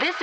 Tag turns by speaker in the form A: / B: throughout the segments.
A: This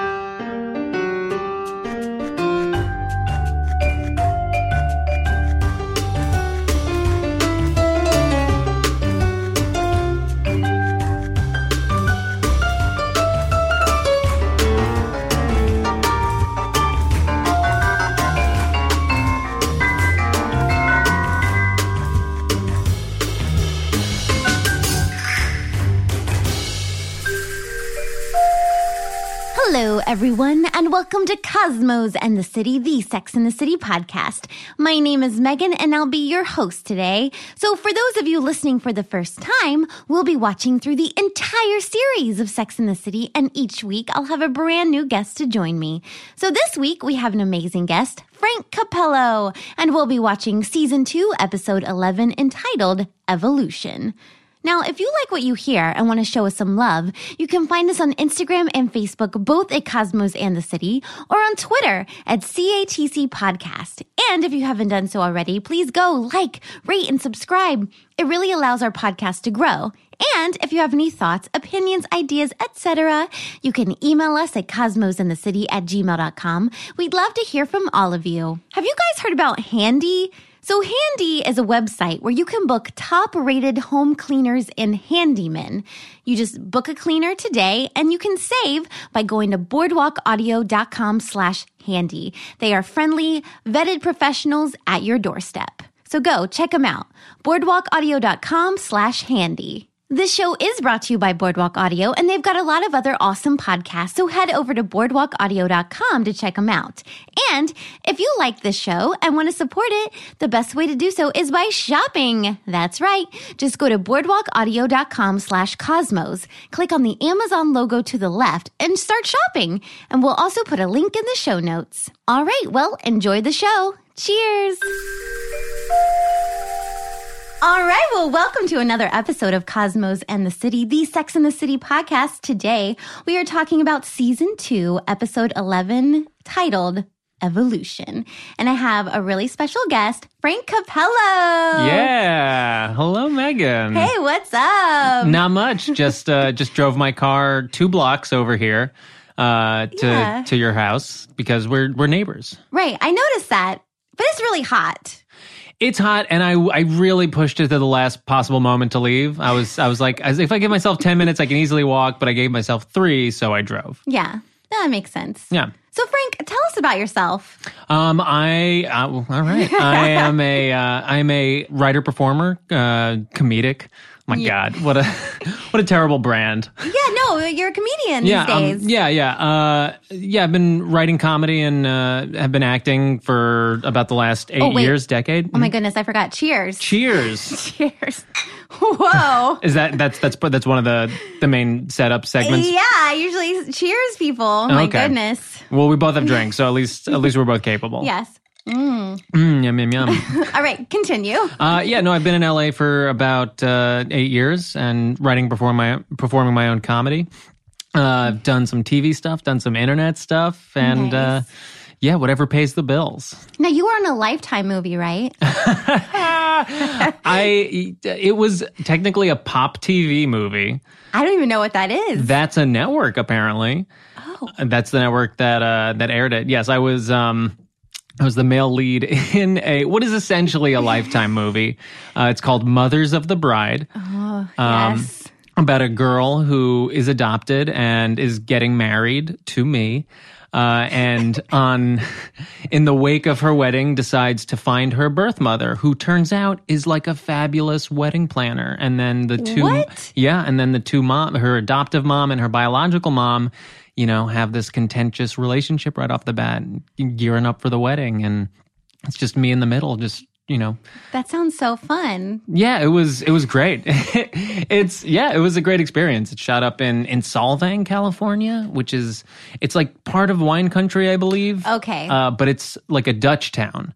B: Hello, everyone, and welcome to Cosmos and the City, the Sex and the City podcast. My name is Megan, and I'll be your host today. So, for those of you listening for the first time, we'll be watching through the entire series of Sex and the City, and each week I'll have a brand new guest to join me. So, this week we have an amazing guest, Frank Capello, and we'll be watching season two, episode 11, entitled Evolution. Now, if you like what you hear and want to show us some love, you can find us on Instagram and Facebook, both at Cosmos and the City, or on Twitter at CATC Podcast. And if you haven't done so already, please go like, rate, and subscribe. It really allows our podcast to grow. And if you have any thoughts, opinions, ideas, etc., you can email us at cosmosandthecity at gmail.com. We'd love to hear from all of you. Have you guys heard about Handy? So, Handy is a website where you can book top rated home cleaners and handymen. You just book a cleaner today and you can save by going to boardwalkaudio.com slash handy. They are friendly, vetted professionals at your doorstep. So go check them out. Boardwalkaudio.com slash handy. This show is brought to you by Boardwalk Audio, and they've got a lot of other awesome podcasts. So head over to boardwalkaudio.com to check them out. And if you like this show and want to support it, the best way to do so is by shopping. That's right. Just go to boardwalkaudio.com slash cosmos, click on the Amazon logo to the left, and start shopping. And we'll also put a link in the show notes. All right. Well, enjoy the show. Cheers. All right. Well, welcome to another episode of Cosmos and the City, the Sex and the City podcast. Today, we are talking about season two, episode 11, titled Evolution. And I have a really special guest, Frank Capello.
C: Yeah. Hello, Megan.
B: Hey, what's up?
C: Not much. Just uh, just drove my car two blocks over here uh, to
B: Yeah.
C: to your house because we're we're neighbors.
B: Right. I noticed that, but it's really hot.
C: It's hot, and I I really pushed it to the last possible moment to leave. I was I was like, as if I give myself ten minutes, I can easily walk, but I gave myself three, so I drove.
B: Yeah. That makes sense.
C: Yeah.
B: So, Frank, tell us about yourself.
C: Um, I uh, well, all right. I am a uh, I'm a writer performer, uh, comedic. My God, what a what a terrible brand.
B: Yeah, no, you're a comedian these
C: um,
B: days.
C: yeah, yeah, uh, yeah. I've been writing comedy and uh, have been acting for about the last eight
B: wait.
C: years, decade.
B: Oh my goodness, I forgot. Cheers.
C: Cheers!
B: Cheers. Whoa.
C: Is that that's that's that's one of the the main setup segments?
B: Yeah, I usually cheers people. Oh my
C: Okay.
B: goodness.
C: Well, we both have drinks, so at least at least we're both capable.
B: Yes.
C: Mm, yum yum yum.
B: All right, continue.
C: uh, yeah, no, I've been in LA for about uh, eight years and writing perform my performing my own comedy. Uh, I've done some TV stuff, done some internet stuff, and uh,
B: Nice.
C: yeah, whatever pays the bills.
B: Now you were in a lifetime movie, right?
C: I it was technically a pop TV movie.
B: I don't even know what that is.
C: That's a network apparently. Oh. That's the network that uh that aired it. Yes, I was um I was the male lead in a what is essentially a lifetime movie. Uh, it's called Mothers of the Bride. Um,
B: Oh, yes.
C: About a girl who is adopted and is getting married to me. Uh, and on, in the wake of her wedding, decides to find her birth mother, who turns out is like a fabulous wedding planner. And then the two,
B: What?
C: yeah, and then the two mom, her adoptive mom and her biological mom, you know, have this contentious relationship right off the bat, gearing up for the wedding, and it's just me in the middle, just you know,
B: That sounds so fun.
C: yeah, it was it was great. it's yeah, it was a great experience. It's shot up in in Solvang, California, which is it's like part of wine country, I believe.
B: Okay.
C: Uh, but it's like a Dutch town.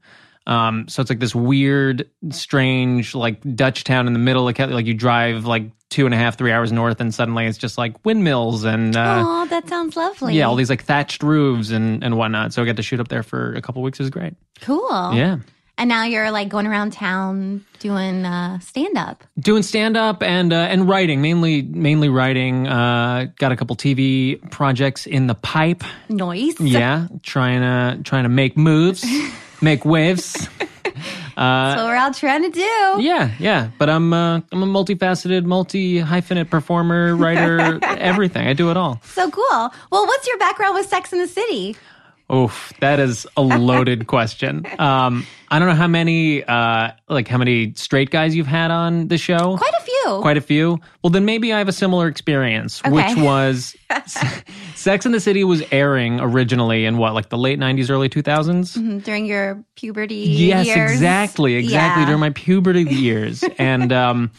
C: Um, so it's like this weird, strange, like Dutch town in the middle of Cali- like you drive like two and a half, three hours north, and suddenly it's just like windmills and uh,
B: oh, that sounds lovely.
C: yeah, all these like thatched roofs and and whatnot. So I got to shoot up there for a couple weeks. It was great.
B: cool.
C: Yeah.
B: And now you're like going around town doing uh, stand up.
C: doing stand up and uh, and writing mainly mainly writing uh, got a couple tv projects in the pipe
B: Noise.
C: yeah trying to trying to make moves make waves
B: That's what we're all trying to do.
C: yeah yeah but i'm uh, i'm a multifaceted multi hyphenate performer writer everything i do it all
B: So cool. Well, what's your background with Sex in the City?
C: Oof, that is a loaded question um i don't know how many uh like how many straight guys you've had on the show
B: Quite a few.
C: quite a few. Well, then maybe I have a similar experience, which was Sex and the City was airing originally in what, like the late 90s, early 2000s?
B: Mm-hmm, during your puberty
C: Yes,
B: years.
C: exactly, exactly.
B: Yeah.
C: During my puberty years, and um,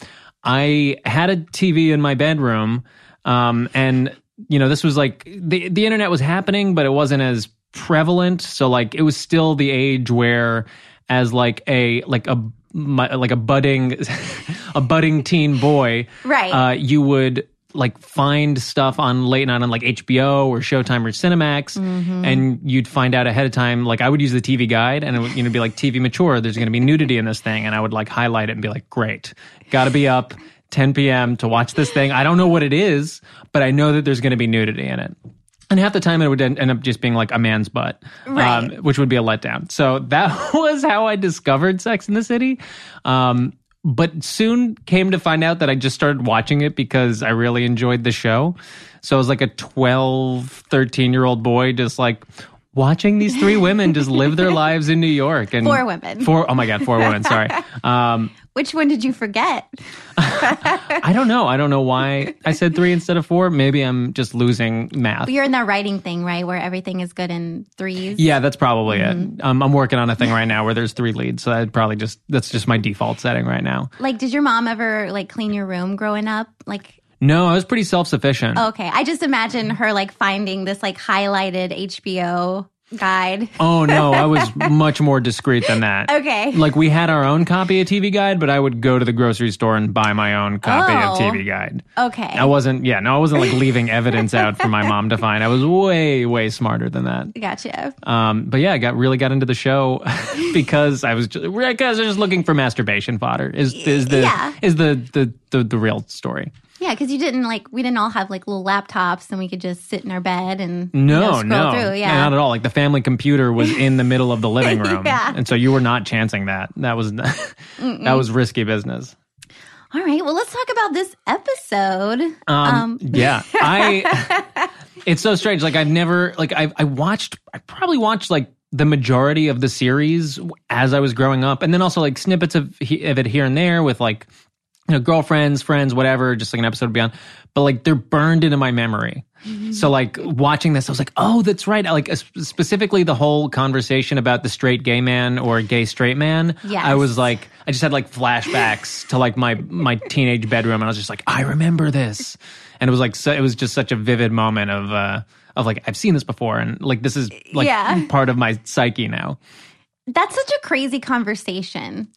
C: I had a TV in my bedroom, um, and you know, this was like the the internet was happening, but it wasn't as prevalent. So like, it was still the age where, as like a like a my, like a budding a budding teen boy,
B: Right.
C: Uh, you would like find stuff on late night on like HBO or Showtime or Cinemax,
B: Mm-hmm.
C: and you'd find out ahead of time. Like I would use the TV guide, and it would you know be like TV mature. There's going to be nudity in this thing, and I would like highlight it and be like, great, got to be up 10 p.m. to watch this thing. I don't know what it is, but I know that there's going to be nudity in it. And half the time it would en- end up just being like a man's butt, um,
B: Right.
C: which would be a letdown. So that was how I discovered Sex in the City. Um, but soon came to find out that I just started watching it because I really enjoyed the show. So I was like a 12, 13 year old boy, just like watching these three women just live their lives in New York. And
B: Four women.
C: Four, oh my God, four women. Sorry. Um,
B: Which one did you forget?
C: I don't know. I don't know why I said three instead of four. Maybe I'm just losing math.
B: You're in that writing thing, right? Where everything is good in threes.
C: Yeah, that's probably it.
B: Mm-hmm.
C: Um, I'm working on a thing right now where there's three leads, so I'd probably just that's just my default setting right now.
B: Like, did your mom ever like clean your room growing up? Like,
C: No, I was pretty self sufficient. Oh.
B: okay, I just imagine her like finding this like highlighted HBO guide.
C: Oh, no, I was much more discreet than that.
B: Okay.
C: Like we had our own copy of TV Guide, but I would go to the grocery store and buy my own copy of
B: Oh.
C: TV Guide.
B: Okay.
C: I wasn't, yeah, no, I wasn't like leaving evidence out for my mom to find. I was way, way smarter than that.
B: Gotcha.
C: Um, but yeah, I got really got into the show because I was just, because I was just looking for masturbation fodder. Is is the
B: Yeah.
C: is the, the the the real story?
B: Yeah, because you didn't like we didn't all have like little laptops and we could just sit in our bed and you know,
C: No,
B: scroll
C: no,
B: through.
C: No,
B: Yeah,
C: not at all. Like the family computer was in the middle of the living room,
B: Yeah.
C: and so you were not chancing that. That was that was risky business.
B: All right. Well, let's talk about this episode.
C: Um, yeah, I. It's so strange. Like I've never like I I watched I probably watched like the majority of the series as I was growing up, and then also like snippets of he- of it here and there with like you know girlfriends, friends, whatever, just like an episode beyond. But like they're burned into my memory. So like watching this, I was like, oh, that's right. I, Like s- specifically the whole conversation about the straight gay man or gay straight man.
B: Yes.
C: I was like, I just had like flashbacks to like my my teenage bedroom, and I was just like, I remember this, and it was like so, it was just such a vivid moment of uh of like I've seen this before, and like this is like
B: Yeah.
C: part of my psyche now.
B: That's such a crazy conversation.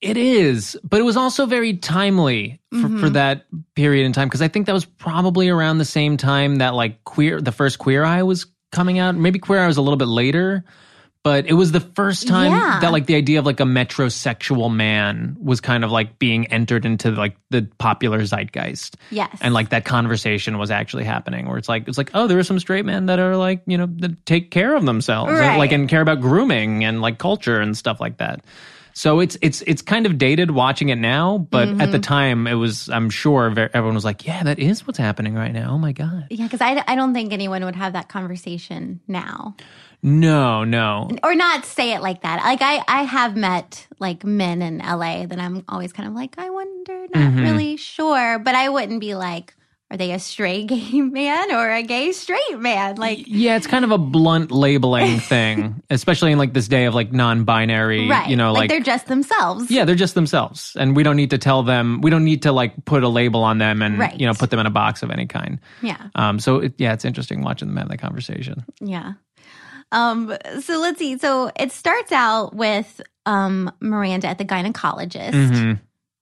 C: It is, but it was also very timely for, for that period in time because I think that was probably around the same time that like queer, the first Queer Eye was coming out. Maybe Queer Eye was a little bit later, but it was the first time
B: Yeah.
C: that like the idea of like a metrosexual man was kind of like being entered into like the popular zeitgeist.
B: Yes.
C: And like that conversation was actually happening, where it's like it's like oh, there are some straight men that are like you know that take care of themselves, and,
B: Right.
C: like and care about grooming and like culture and stuff like that. So it's it's it's kind of dated watching it now, but at
B: Mm-hmm.
C: the time it was I'm sure ver- everyone was like, yeah, that is what's happening right now. Oh my god,
B: Yeah, because I, I don't think anyone would have that conversation now.
C: no, no,
B: Or not say it like that. Like, I, I have met like men in LA that I'm always kind of like, I wonder, not
C: Mm-hmm.
B: really sure. But I wouldn't be like, are they a stray gay man or a gay straight man? Like,
C: yeah, it's kind of a blunt labeling thing, especially in like this day of like non-binary,
B: right.
C: you know, like.
B: they're just themselves.
C: yeah, they're just themselves, and we don't need to tell them. We don't need to like put a label on them and
B: Right.
C: you know put them in a box of any kind.
B: Yeah.
C: Um, so it, yeah, it's interesting watching them have that conversation.
B: Yeah. Um, so let's see. So it starts out with um, Miranda at the gynecologist,
C: Mhm.
B: Mm-hmm.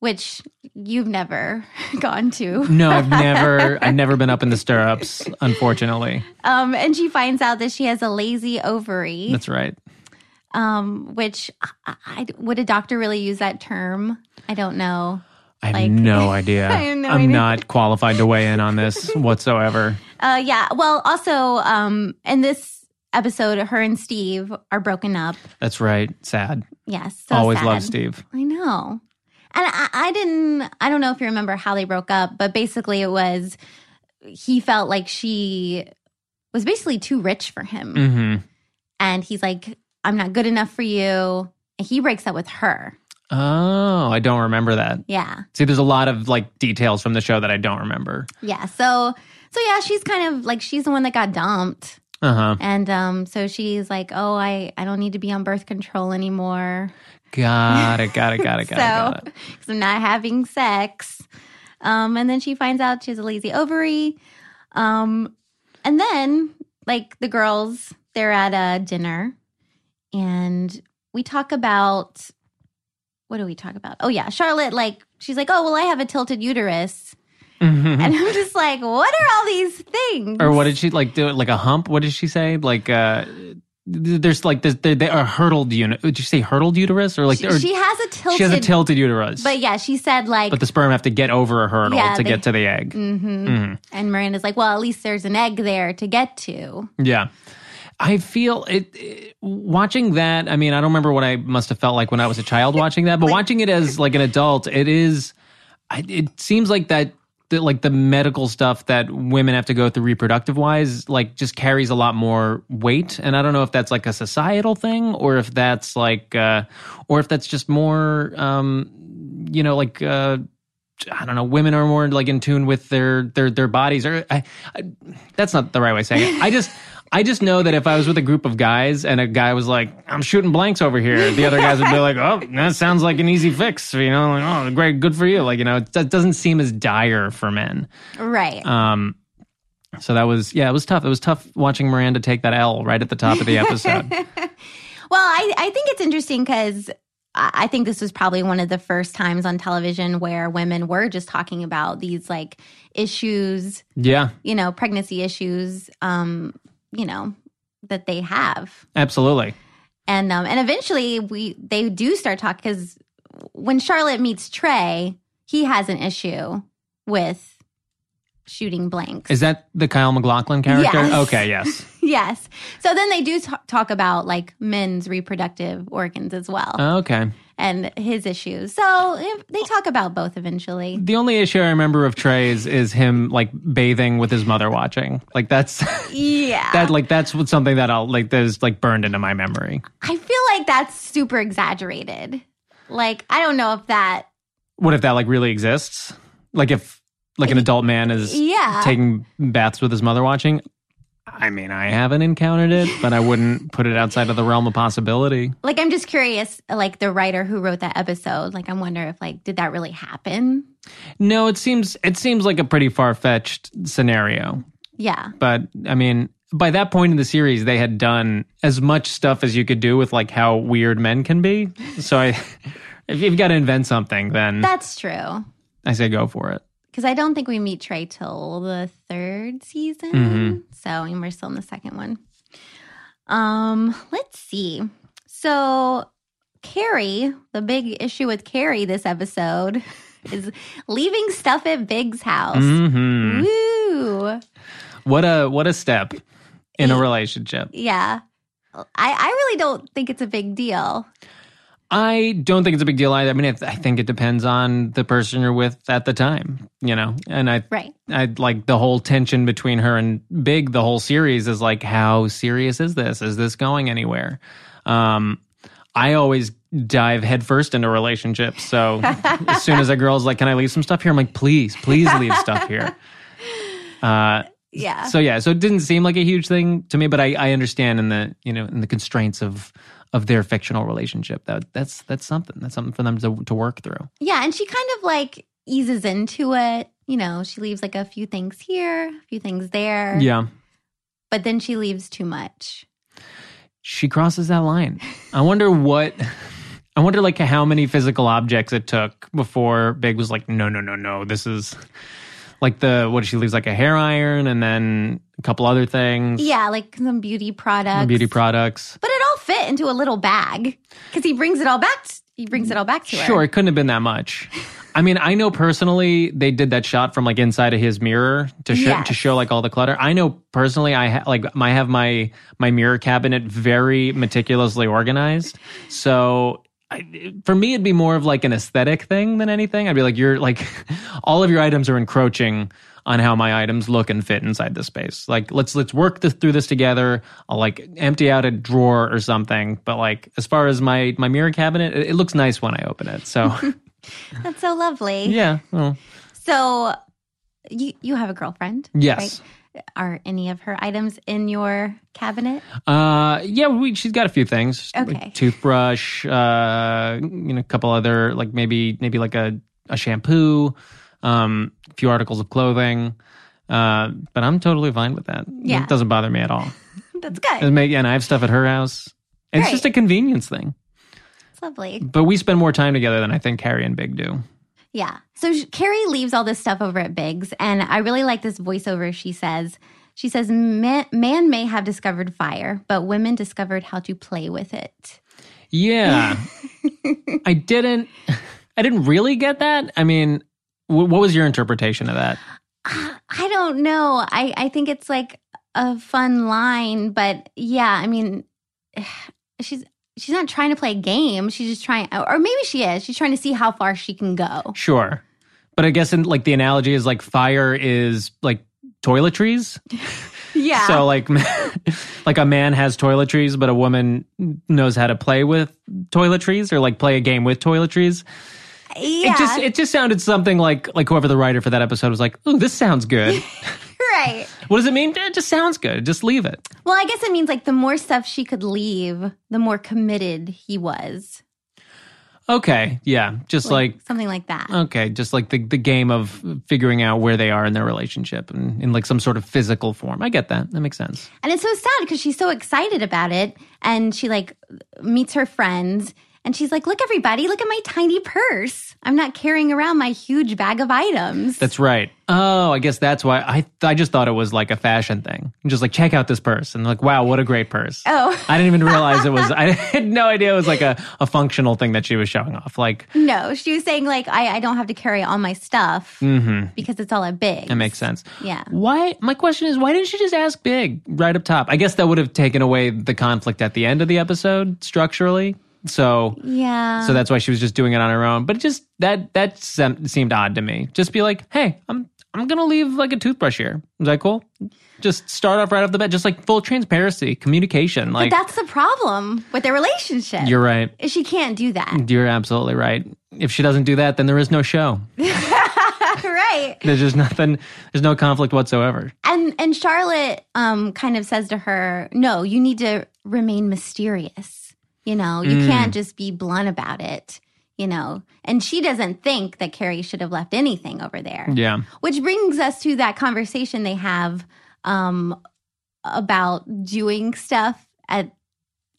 B: which you've never gone to.
C: No, I've never, I've never been up in the stirrups, unfortunately.
B: Um, and she finds out that she has a lazy ovary.
C: That's right.
B: um, which I, I, would a doctor really use that term? I don't know.
C: I have
B: Like-
C: no idea.
B: I have no
C: I'm
B: idea.
C: not qualified to weigh in on this whatsoever.
B: Uh, yeah. Well, also, um, in this episode, her and Steve are broken up.
C: That's right. Sad.
B: Yes. So
C: Always
B: sad.
C: love Steve.
B: I know. And I, I didn't, I don't know if you remember how they broke up, but basically it was he felt like she was basically too rich for him.
C: hmm
B: And he's like, I'm not good enough for you. And he breaks up with her.
C: Oh, I don't remember that.
B: Yeah.
C: See, there's a lot of like details from the show that I don't remember.
B: Yeah. So, so yeah, she's kind of like, she's the one that got dumped.
C: Uh huh.
B: And um, so she's like, oh, I, I don't need to be on birth control anymore.
C: Got it. Got it. Got it. Got it.
B: so,
C: Got it.
B: because I'm not having sex. Um, and then she finds out she has a lazy ovary. Um, and then, like, the girls, they're at a dinner and we talk about what do we talk about? Oh, yeah. Charlotte, like, she's like, oh, well, I have a tilted uterus.
C: Mhm.
B: And I'm just like, what are all these things?
C: Or what did she like do? Like a hump? What did she say? Like uh, th- there's like there's, there, there are hurdled unit. Did you say hurdled uterus or like
B: she,
C: or
B: she has a tilted,
C: she has a tilted uterus?
B: But yeah, she said, like,
C: but the sperm have to get over a hurdle
B: Yeah,
C: to
B: they-
C: get to the egg.
B: mhm.
C: Mhm.
B: and Miranda's like, well, at least there's an egg there to get to.
C: Yeah. I feel it, it- watching that. I mean, I don't remember what I must have felt like when I was a child watching that, but watching it as like an adult, it is. I- It seems like that, that like the medical stuff that women have to go through reproductive wise, like just carries a lot more weight. And I don't know if that's like a societal thing or if that's like, uh, or if that's just more, um, you know, like. Uh, I don't know. Women are more like in tune with their their their bodies, or I, I, that's not the right way of saying it. I just I just know that if I was with a group of guys and a guy was like, "I'm shooting blanks over here," the other guys would be like, "Oh, that sounds like an easy fix," you know, like, "Oh, great, good for you," like you know, it, that doesn't seem as dire for men.
B: Right.
C: Um, so that was yeah, it was tough. It was tough watching Miranda take that L right at the top of the episode.
B: Well, I, I think it's interesting because I I think this was probably one of the first times on television where women were just talking about these like issues,
C: yeah,
B: you know, pregnancy issues, um, you know, that they have.
C: absolutely.
B: And um, and eventually we they do start talking because when Charlotte meets Trey, he has an issue with shooting blanks.
C: Is that the Kyle McLaughlin character?
B: Yes.
C: Okay, yes.
B: yes. So then they do t- talk about like men's reproductive organs as well.
C: Okay.
B: and his issues. So eh, they talk about both eventually.
C: The only issue I remember of Trey's is him like bathing with his mother watching. Like that's
B: Yeah.
C: that like that's what something that I'll like that is like burned into my memory.
B: I feel like that's super exaggerated. Like, I don't know if that,
C: What if that like really exists? Like if like an adult man is
B: yeah.
C: taking baths with his mother watching? I mean, I haven't encountered it, but I wouldn't put it outside of the realm of possibility.
B: like, I'm just curious, like, the writer who wrote that episode, like, I'm wondering if, like, did that really happen?
C: No, it seems it seems like a pretty far fetched scenario.
B: Yeah.
C: but I mean, by that point in the series, they had done as much stuff as you could do with like how weird men can be. So I, if you've got to invent something, then
B: That's true.
C: I say go for it.
B: Because I don't think we meet Trey till the third season. So and we're still in the second one. Um, let's see. So Carrie, the big issue with Carrie this episode is leaving stuff at Big's house.
C: hmm
B: Woo.
C: What a what a step in a relationship.
B: Yeah. I, I really don't think it's a big deal.
C: I don't think it's a big deal either. I mean, I, I think it depends on the person you're with at the time, you know. And I
B: Right.
C: I like the whole tension between her and Big. The whole series is like, how serious is this? Is this going anywhere? Um, I always dive headfirst into relationships. So as soon as a girl's like, "Can I leave some stuff here?" I'm like, "Please, please leave stuff here." Uh,
B: Yeah.
C: so yeah, so it didn't seem like a huge thing to me, but I, I understand in the you know in the constraints of of their fictional relationship that that's that's something that's something for them to to work through.
B: Yeah, and she kind of like eases into it. You know, she leaves like a few things here, a few things there.
C: Yeah.
B: But then she leaves too much.
C: she crosses that line. I wonder what I wonder like how many physical objects it took before Big was like, no, no, no, no. This is like the what she leaves like a hair iron and then a couple other things.
B: Yeah, like some beauty products.
C: Mm. Beauty products.
B: But it all fit into a little bag because he brings it all back. t- he brings it all back to her.
C: Sure, it couldn't have been that much. I mean, I know personally they did that shot from like inside of his mirror to show
B: Yes.
C: to show like all the clutter. I know personally I ha- like I have my my mirror cabinet very meticulously organized. So I, for me it'd be more of like an aesthetic thing than anything. I'd be like you're like all of your items are encroaching on how my items look and fit inside the space. Like let's let's work this, through this together. I'll like empty out a drawer or something, but like as far as my my mirror cabinet, it, it looks nice when I open it. So
B: That's so lovely.
C: yeah. well,
B: So you you have a girlfriend?
C: yes.
B: Right? Are any of her items in your cabinet?
C: Uh, yeah, we, she's got a few things.
B: Okay.
C: Like toothbrush, uh, you know, a couple other like maybe maybe like a, a shampoo, um, a few articles of clothing. Uh, but I'm totally fine with that.
B: Yeah.
C: It doesn't bother me at all.
B: That's
C: It
B: good.
C: may, and I have stuff at her house. It's
B: Right.
C: just a convenience thing.
B: It's lovely.
C: But we spend more time together than I think Carrie and Big do.
B: Yeah. So sh- Carrie leaves all this stuff over at Biggs, and I really like this voiceover. She says, "She says man, man may have discovered fire, but women discovered how to play with it."
C: Yeah. I didn't I didn't really get that. I mean, wh- what was your interpretation of that?
B: Ah, I don't know. I I think it's like a fun line, but yeah, I mean, she's. She's not trying to play a game. She's just trying, or maybe she is. She's trying to see how far she can go.
C: Sure. But I guess in, like the analogy is like fire is like toiletries.
B: Yeah.
C: So like like a man has toiletries but a woman knows how to play with toiletries or like play a game with toiletries.
B: yeah.
C: It just it just sounded something like like whoever the writer for that episode was like, "Ooh, this sounds good."
B: right.
C: what does it mean? It just sounds good. Just leave it.
B: Well, I guess it means like the more stuff she could leave, the more committed he was.
C: Okay. Yeah. Just like uh.
B: something like that.
C: Okay, just like the, the game of figuring out where they are in their relationship and in like some sort of physical form. I get that. That makes sense.
B: and it's so sad because she's so excited about it and she like meets her friends and she's like, "Look everybody, look at my tiny purse. I'm not carrying around my huge bag of items."
C: That's right. Oh, I guess that's why I I just thought it was like a fashion thing. Just like check out this purse and like wow, what a great purse.
B: Oh.
C: I didn't even realize it was. I had no idea it was like a, a functional thing that she was showing off. Like
B: no, she was saying like, "I I don't have to carry all my stuff because it's all at big."
C: Mm-hmm. that makes sense.
B: Yeah.
C: Why? My question is, why didn't she just ask Big right up top? I guess that would have taken away the conflict at the end of the episode structurally. So
B: Yeah.
C: So that's why she was just doing it on her own. But it just that that sem- seemed odd to me. Just be like, hey, I'm I'm gonna leave like a toothbrush here. Is that cool? Just start off right off the bat, just like full transparency, communication. Like
B: that's the problem with their relationship.
C: you're right.
B: is she can't do that.
C: You're absolutely right. If she doesn't do that, then there is no show.
B: right.
C: There's just nothing. There's no conflict whatsoever.
B: And and Charlotte um kind of says to her, "No, you need to remain mysterious. You know,
C: Mm.
B: you can't just be blunt about it." You know, and she doesn't think that Carrie should have left anything over there.
C: Yeah.
B: Which brings us to that conversation they have um about doing stuff at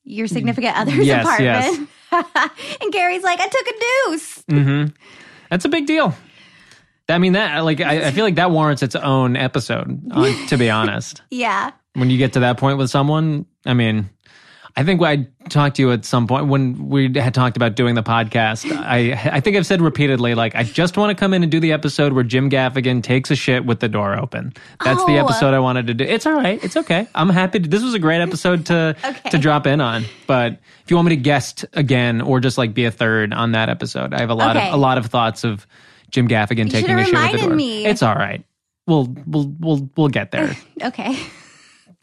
B: your significant other's
C: Yes,
B: apartment. and Carrie's like, "I took a deuce."
C: Mm-hmm. That's a big deal. I mean that like I, I feel like that warrants its own episode. uh, to be honest.
B: Yeah.
C: when you get to that point with someone i mean i think i talked to you at some point when we had talked about doing the podcast i i think i've said repeatedly like i just want to come in and do the episode where jim gaffigan takes a shit with the door open that's the
B: Oh.
C: episode i wanted to do it's all right it's okay i'm happy to, this was a great episode to
B: Okay.
C: to drop in on but if you want me to guest again or just like be a third on that episode i have a lot
B: Okay.
C: of a lot of thoughts of jim gaffigan taking
B: should've
C: a shit with the
B: reminded
C: door
B: me.
C: it's all right we'll we'll we'll we'll get there
B: Okay.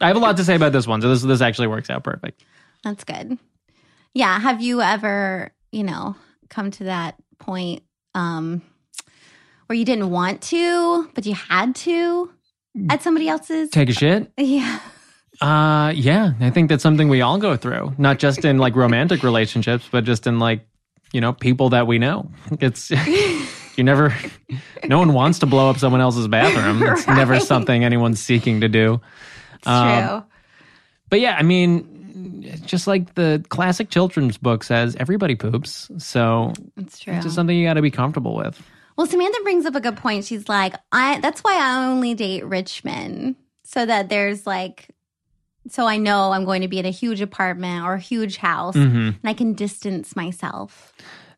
C: I have a lot to say about this one, so this this actually works out perfect.
B: That's good. Yeah. Have you ever, you know, come to that point um, where you didn't want to, but you had to at somebody else's?
C: Take a shit?
B: Yeah.
C: Uh, yeah. I think that's something we all go through, not just in like romantic relationships, but just in like you know people that we know. It's you never. No one wants to blow up someone else's bathroom. It's never
B: Right.
C: something anyone's seeking to do.
B: It's true.
C: But yeah, I mean, just like the classic children's book says, everybody poops, so
B: It's true.
C: it's just something you got to be comfortable with.
B: well, Samantha brings up a good point. She's like, I that's why I only date rich men. So that there's like So I know I'm going to be in a huge apartment or a huge house
C: Mm. Mm-hmm.
B: and I can distance myself.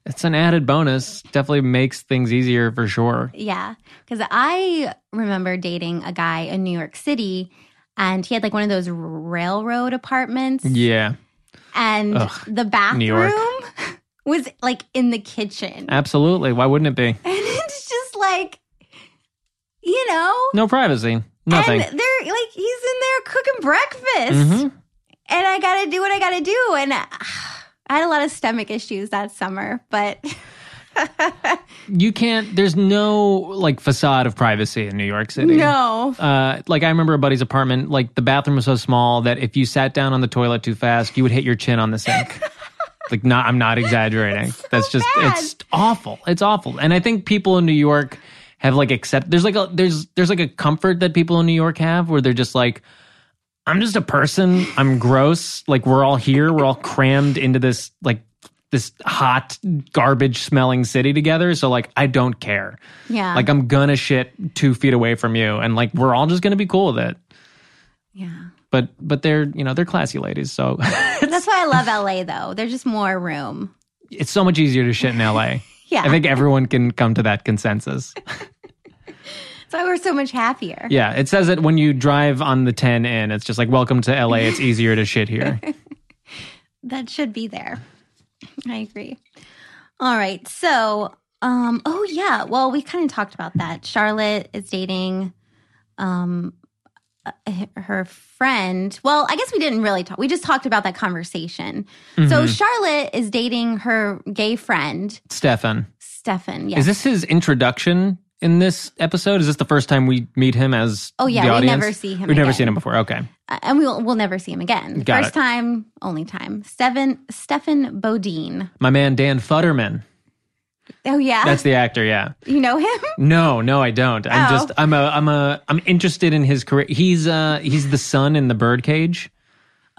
C: It's an added bonus. Definitely makes things easier for sure.
B: Yeah. Because I remember dating a guy in New York City and he had like one of those railroad apartments.
C: Yeah,
B: And
C: Ugg,
B: the
C: New York. Uh.
B: bathroom was like in the kitchen. And
C: absolutely. Why wouldn't it be?
B: it's just like, you know.
C: No privacy. Nothing.
B: And they're like, he's in there cooking breakfast.
C: Mhm.
B: And I got to do what I got to do. And uh, I had a lot of stomach issues that summer, but
C: You can't. There's no like facade of privacy in New York City.
B: no.
C: Uh, like I remember a buddy's apartment. Like the bathroom was so small that if you sat down on the toilet too fast, you would hit your chin on the sink. like not, I'm not exaggerating. That's just
B: bad.
C: it's awful. It's awful. And I think people in New York have like accept. There's like a there's there's like a comfort that people in New York have where they're just like. I'm just a person. I'm gross. Like we're all here. We're all crammed into this like this hot garbage smelling city together. So like I don't care.
B: Yeah.
C: Like I'm gonna shit two feet away from you, and like we're all just gonna be cool with it.
B: yeah.
C: But but they're you know they're classy ladies, so
B: That's why I love LA though. There's just more room.
C: it's so much easier to shit in LA.
B: Yeah.
C: I think everyone can come to that consensus.
B: That's why we're so much happier.
C: Yeah, it says that when you drive on the 10 in, it's just like welcome to LA. It's easier to shit here.
B: That should be there. I agree. All right. So, um, oh yeah. Well, we kind of talked about that. Charlotte is dating um uh, her friend. Well, I guess we didn't really talk. We just talked about that conversation.
C: Mm-hmm.
B: So, Charlotte is dating her gay friend,
C: Stefan,
B: Stefan. Yes.
C: is this his introduction in this episode? Is this the first time we meet him as
B: Oh, yeah,
C: the
B: we
C: audience?
B: never see him
C: We've never
B: again.
C: seen him before. Okay,
B: Uh, and we will, we'll never see him again.
C: Got
B: First
C: it.
B: time, only time. Stefan Stefan Bodine.
C: my man Dan Futterman.
B: Oh yeah,
C: That's the actor. Yeah.
B: you know him.
C: No, no, I don't. I'm
B: Oh.
C: just I'm a I'm a I'm interested in his career. He's uh he's the son in the birdcage.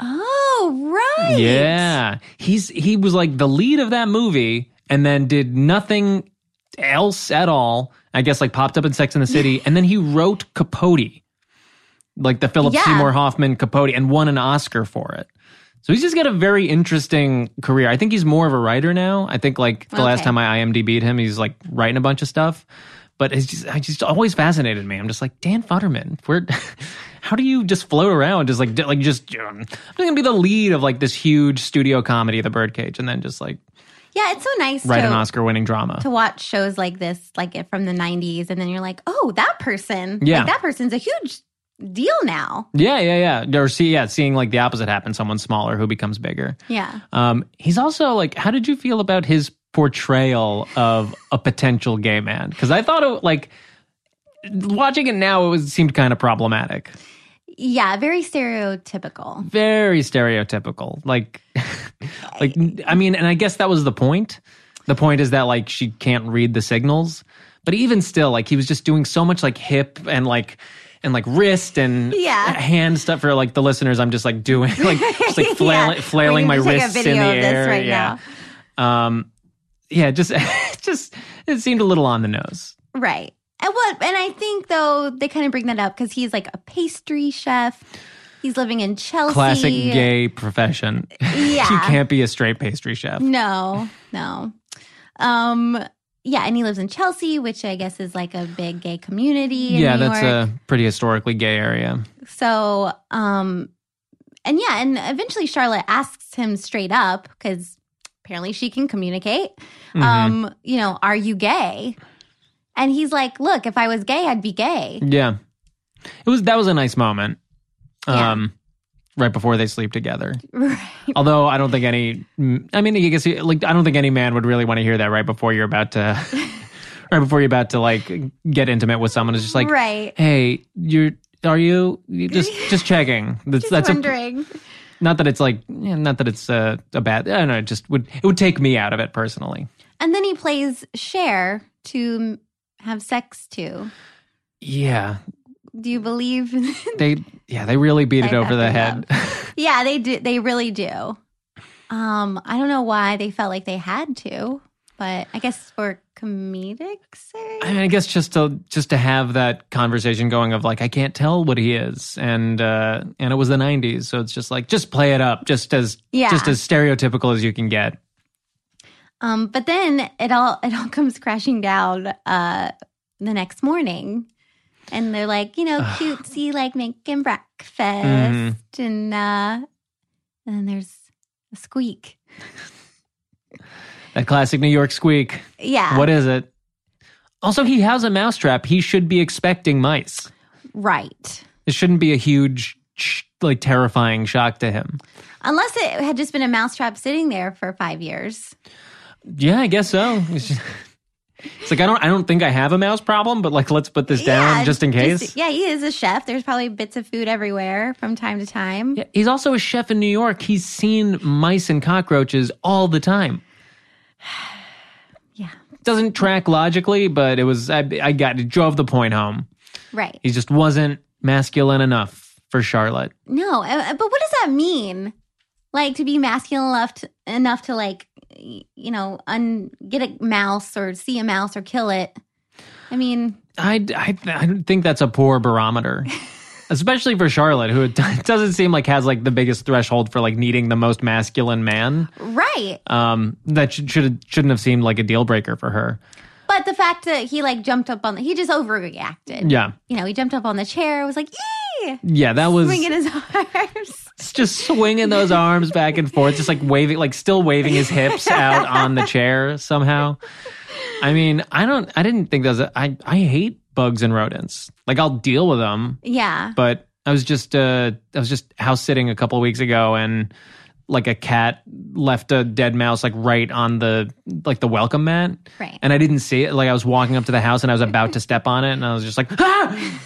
B: Oh right.
C: Yeah. He's he was like the lead of that movie and then did nothing else at all. I guess like popped up in Sex and the City and then he wrote Capote. Like the Philip
B: Yeah.
C: Seymour Hoffman Capote and won an Oscar for it. So he's just got a very interesting career. I think he's more of a writer now. I think like the last
B: Okay.
C: time I IMDb'd him, he's like writing a bunch of stuff. But it's just, I just always fascinated me. I'm just like Dan Futterman. Where, how do you just float around? Just like d- like just um, I'm just gonna be the lead of like this huge studio comedy, The Birdcage, and then just like
B: Yeah, it's so nice
C: write
B: to,
C: an Oscar-winning drama.
B: to watch shows like this, like it from the '90s, and then you're like, oh, that person.
C: Yeah.
B: like, that person's a huge deal now.
C: yeah, yeah, yeah. Or see, yeah, seeing like the opposite happen. Someone smaller who becomes bigger.
B: Yeah.
C: Um, he's also like, how did you feel about his portrayal of a potential gay man? Because I thought it like watching it now, it was seemed kind of problematic,
B: Yeah, very stereotypical.
C: very stereotypical. Like, like I mean, and I guess that was the point. The point is that like she can't read the signals, but even still, like he was just doing so much like hip and like. And like wrist and
B: Yeah.
C: hand stuff for like the listeners. I'm just like doing like just like
B: Yeah.
C: flailing, flailing my
B: We're gonna take a
C: wrists in
B: video
C: the
B: of this
C: air.
B: right
C: yeah.
B: now.
C: um yeah just just it seemed a little on the nose
B: Right. And what? And I think though they kind of bring that up because he's like a pastry chef. He's living in Chelsea.
C: classic gay profession
B: Yeah.
C: you can't be a straight pastry chef
B: No, no. Um, yeah, and he lives in Chelsea, which I guess is like a big gay community. In
C: yeah
B: New
C: that's
B: York.
C: a pretty historically gay area
B: so. Um, and yeah, and eventually Charlotte asks him straight up because apparently she can communicate.
C: Mm-hmm.
B: Um, you know, are you gay? And he's like, "Look, if I was gay, I'd be gay."
C: yeah it was that was a nice moment
B: Yeah.
C: um right before they sleep together
B: Right.
C: although i don't think any mm, i mean i guess like i don't think any man would really want to hear that right before you're about to right before you're about to like get intimate with someone it's just like
B: right.
C: hey you're are you you just just checking that's
B: Just
C: that's a
B: wondering.
C: not that it's like yeah, not that it's a, a bad i don't know it just would it would take me out of it personally
B: and then he plays Cher to m- have sex to.
C: yeah
B: Do you believe
C: they yeah they really beat it
B: Tie
C: over the
B: back
C: head
B: it Yeah, they do. They really do. Um, I don't know why they felt like they had to. but I guess for comedic sake.
C: I mean, I guess just to just to have that conversation going of like I can't tell what he is, and uh, and it was the '90s, so it's just like just play it up, just as
B: Yeah.
C: just as stereotypical as you can get.
B: Um, but then it all it all comes crashing down uh, the next morning, and they're like, you know, cutesy, like
C: Mm-hmm.
B: making breakfast,
C: Mhm.
B: and uh, and there's a squeak.
C: That classic New York squeak.
B: Yeah,
C: What is it? Also, he has a mousetrap. He should be expecting mice.
B: right?
C: It shouldn't be a huge, sh- like terrifying shock to him.
B: Unless it had just been a mousetrap sitting there for five years.
C: Yeah, I guess so. It's, just- it's like I don't, I don't think I have a mouse problem, but like let's put this down
B: Yeah,
C: just in case.
B: yeah, he is a chef. There's probably bits of food everywhere from time to time.
C: Yeah, he's also a chef in New York. He's seen mice and cockroaches all the time.
B: Yeah.
C: Doesn't track logically, but it was I, I got it drove the point home.
B: Right.
C: He just wasn't masculine enough for Charlotte.
B: No, uh, but what does that mean? Like to be masculine enough to, enough to like, y- you know, un, get a mouse or see a mouse or kill it. I mean,
C: I I, I don't think that's a poor barometer. Especially for Charlotte, who it doesn't seem like has like the biggest threshold for like needing the most masculine man.
B: right.
C: Um, that should, should shouldn't have seemed like a deal breaker for her.
B: But the fact that he like jumped up on the, he just overreacted.
C: Yeah,
B: You know, he jumped up on the chair, was like, yee,
C: yeah, that was
B: swinging his arms.
C: It's just swinging those arms back and forth, just like waving, like still waving his hips out on the chair somehow. I mean, I don't, I didn't think that was, a, I, I hate bugs and rodents. Like I'll deal with them,
B: yeah.
C: but I was just, uh, I was just house sitting a couple of weeks ago and like a cat left a dead mouse like right on the, like the welcome mat.
B: Right.
C: And I didn't see it. Like I was walking up to the house and I was about to step on it and I was just like, ah!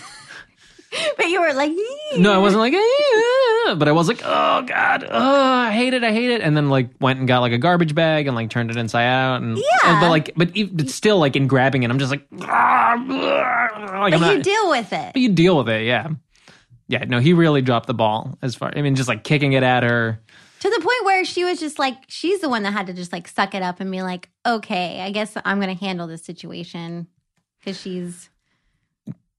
B: But you were like, yee.
C: No, I wasn't like, "Ah," but I was like, oh god, oh, I hate it, I hate it, and then like went and got like a garbage bag and like turned it inside out, and
B: Yeah.
C: and- but like, but, e- but still like in grabbing it, I'm just like, "Ah, ah," like,
B: But
C: I'm not-
B: you deal with it.
C: but you deal with it, yeah, yeah. No, he really dropped the ball as far. I mean, just like kicking it at her.
B: To the point where she was just like, she's the one that had to just like suck it up and be like, okay, I guess I'm going to handle this situation because she's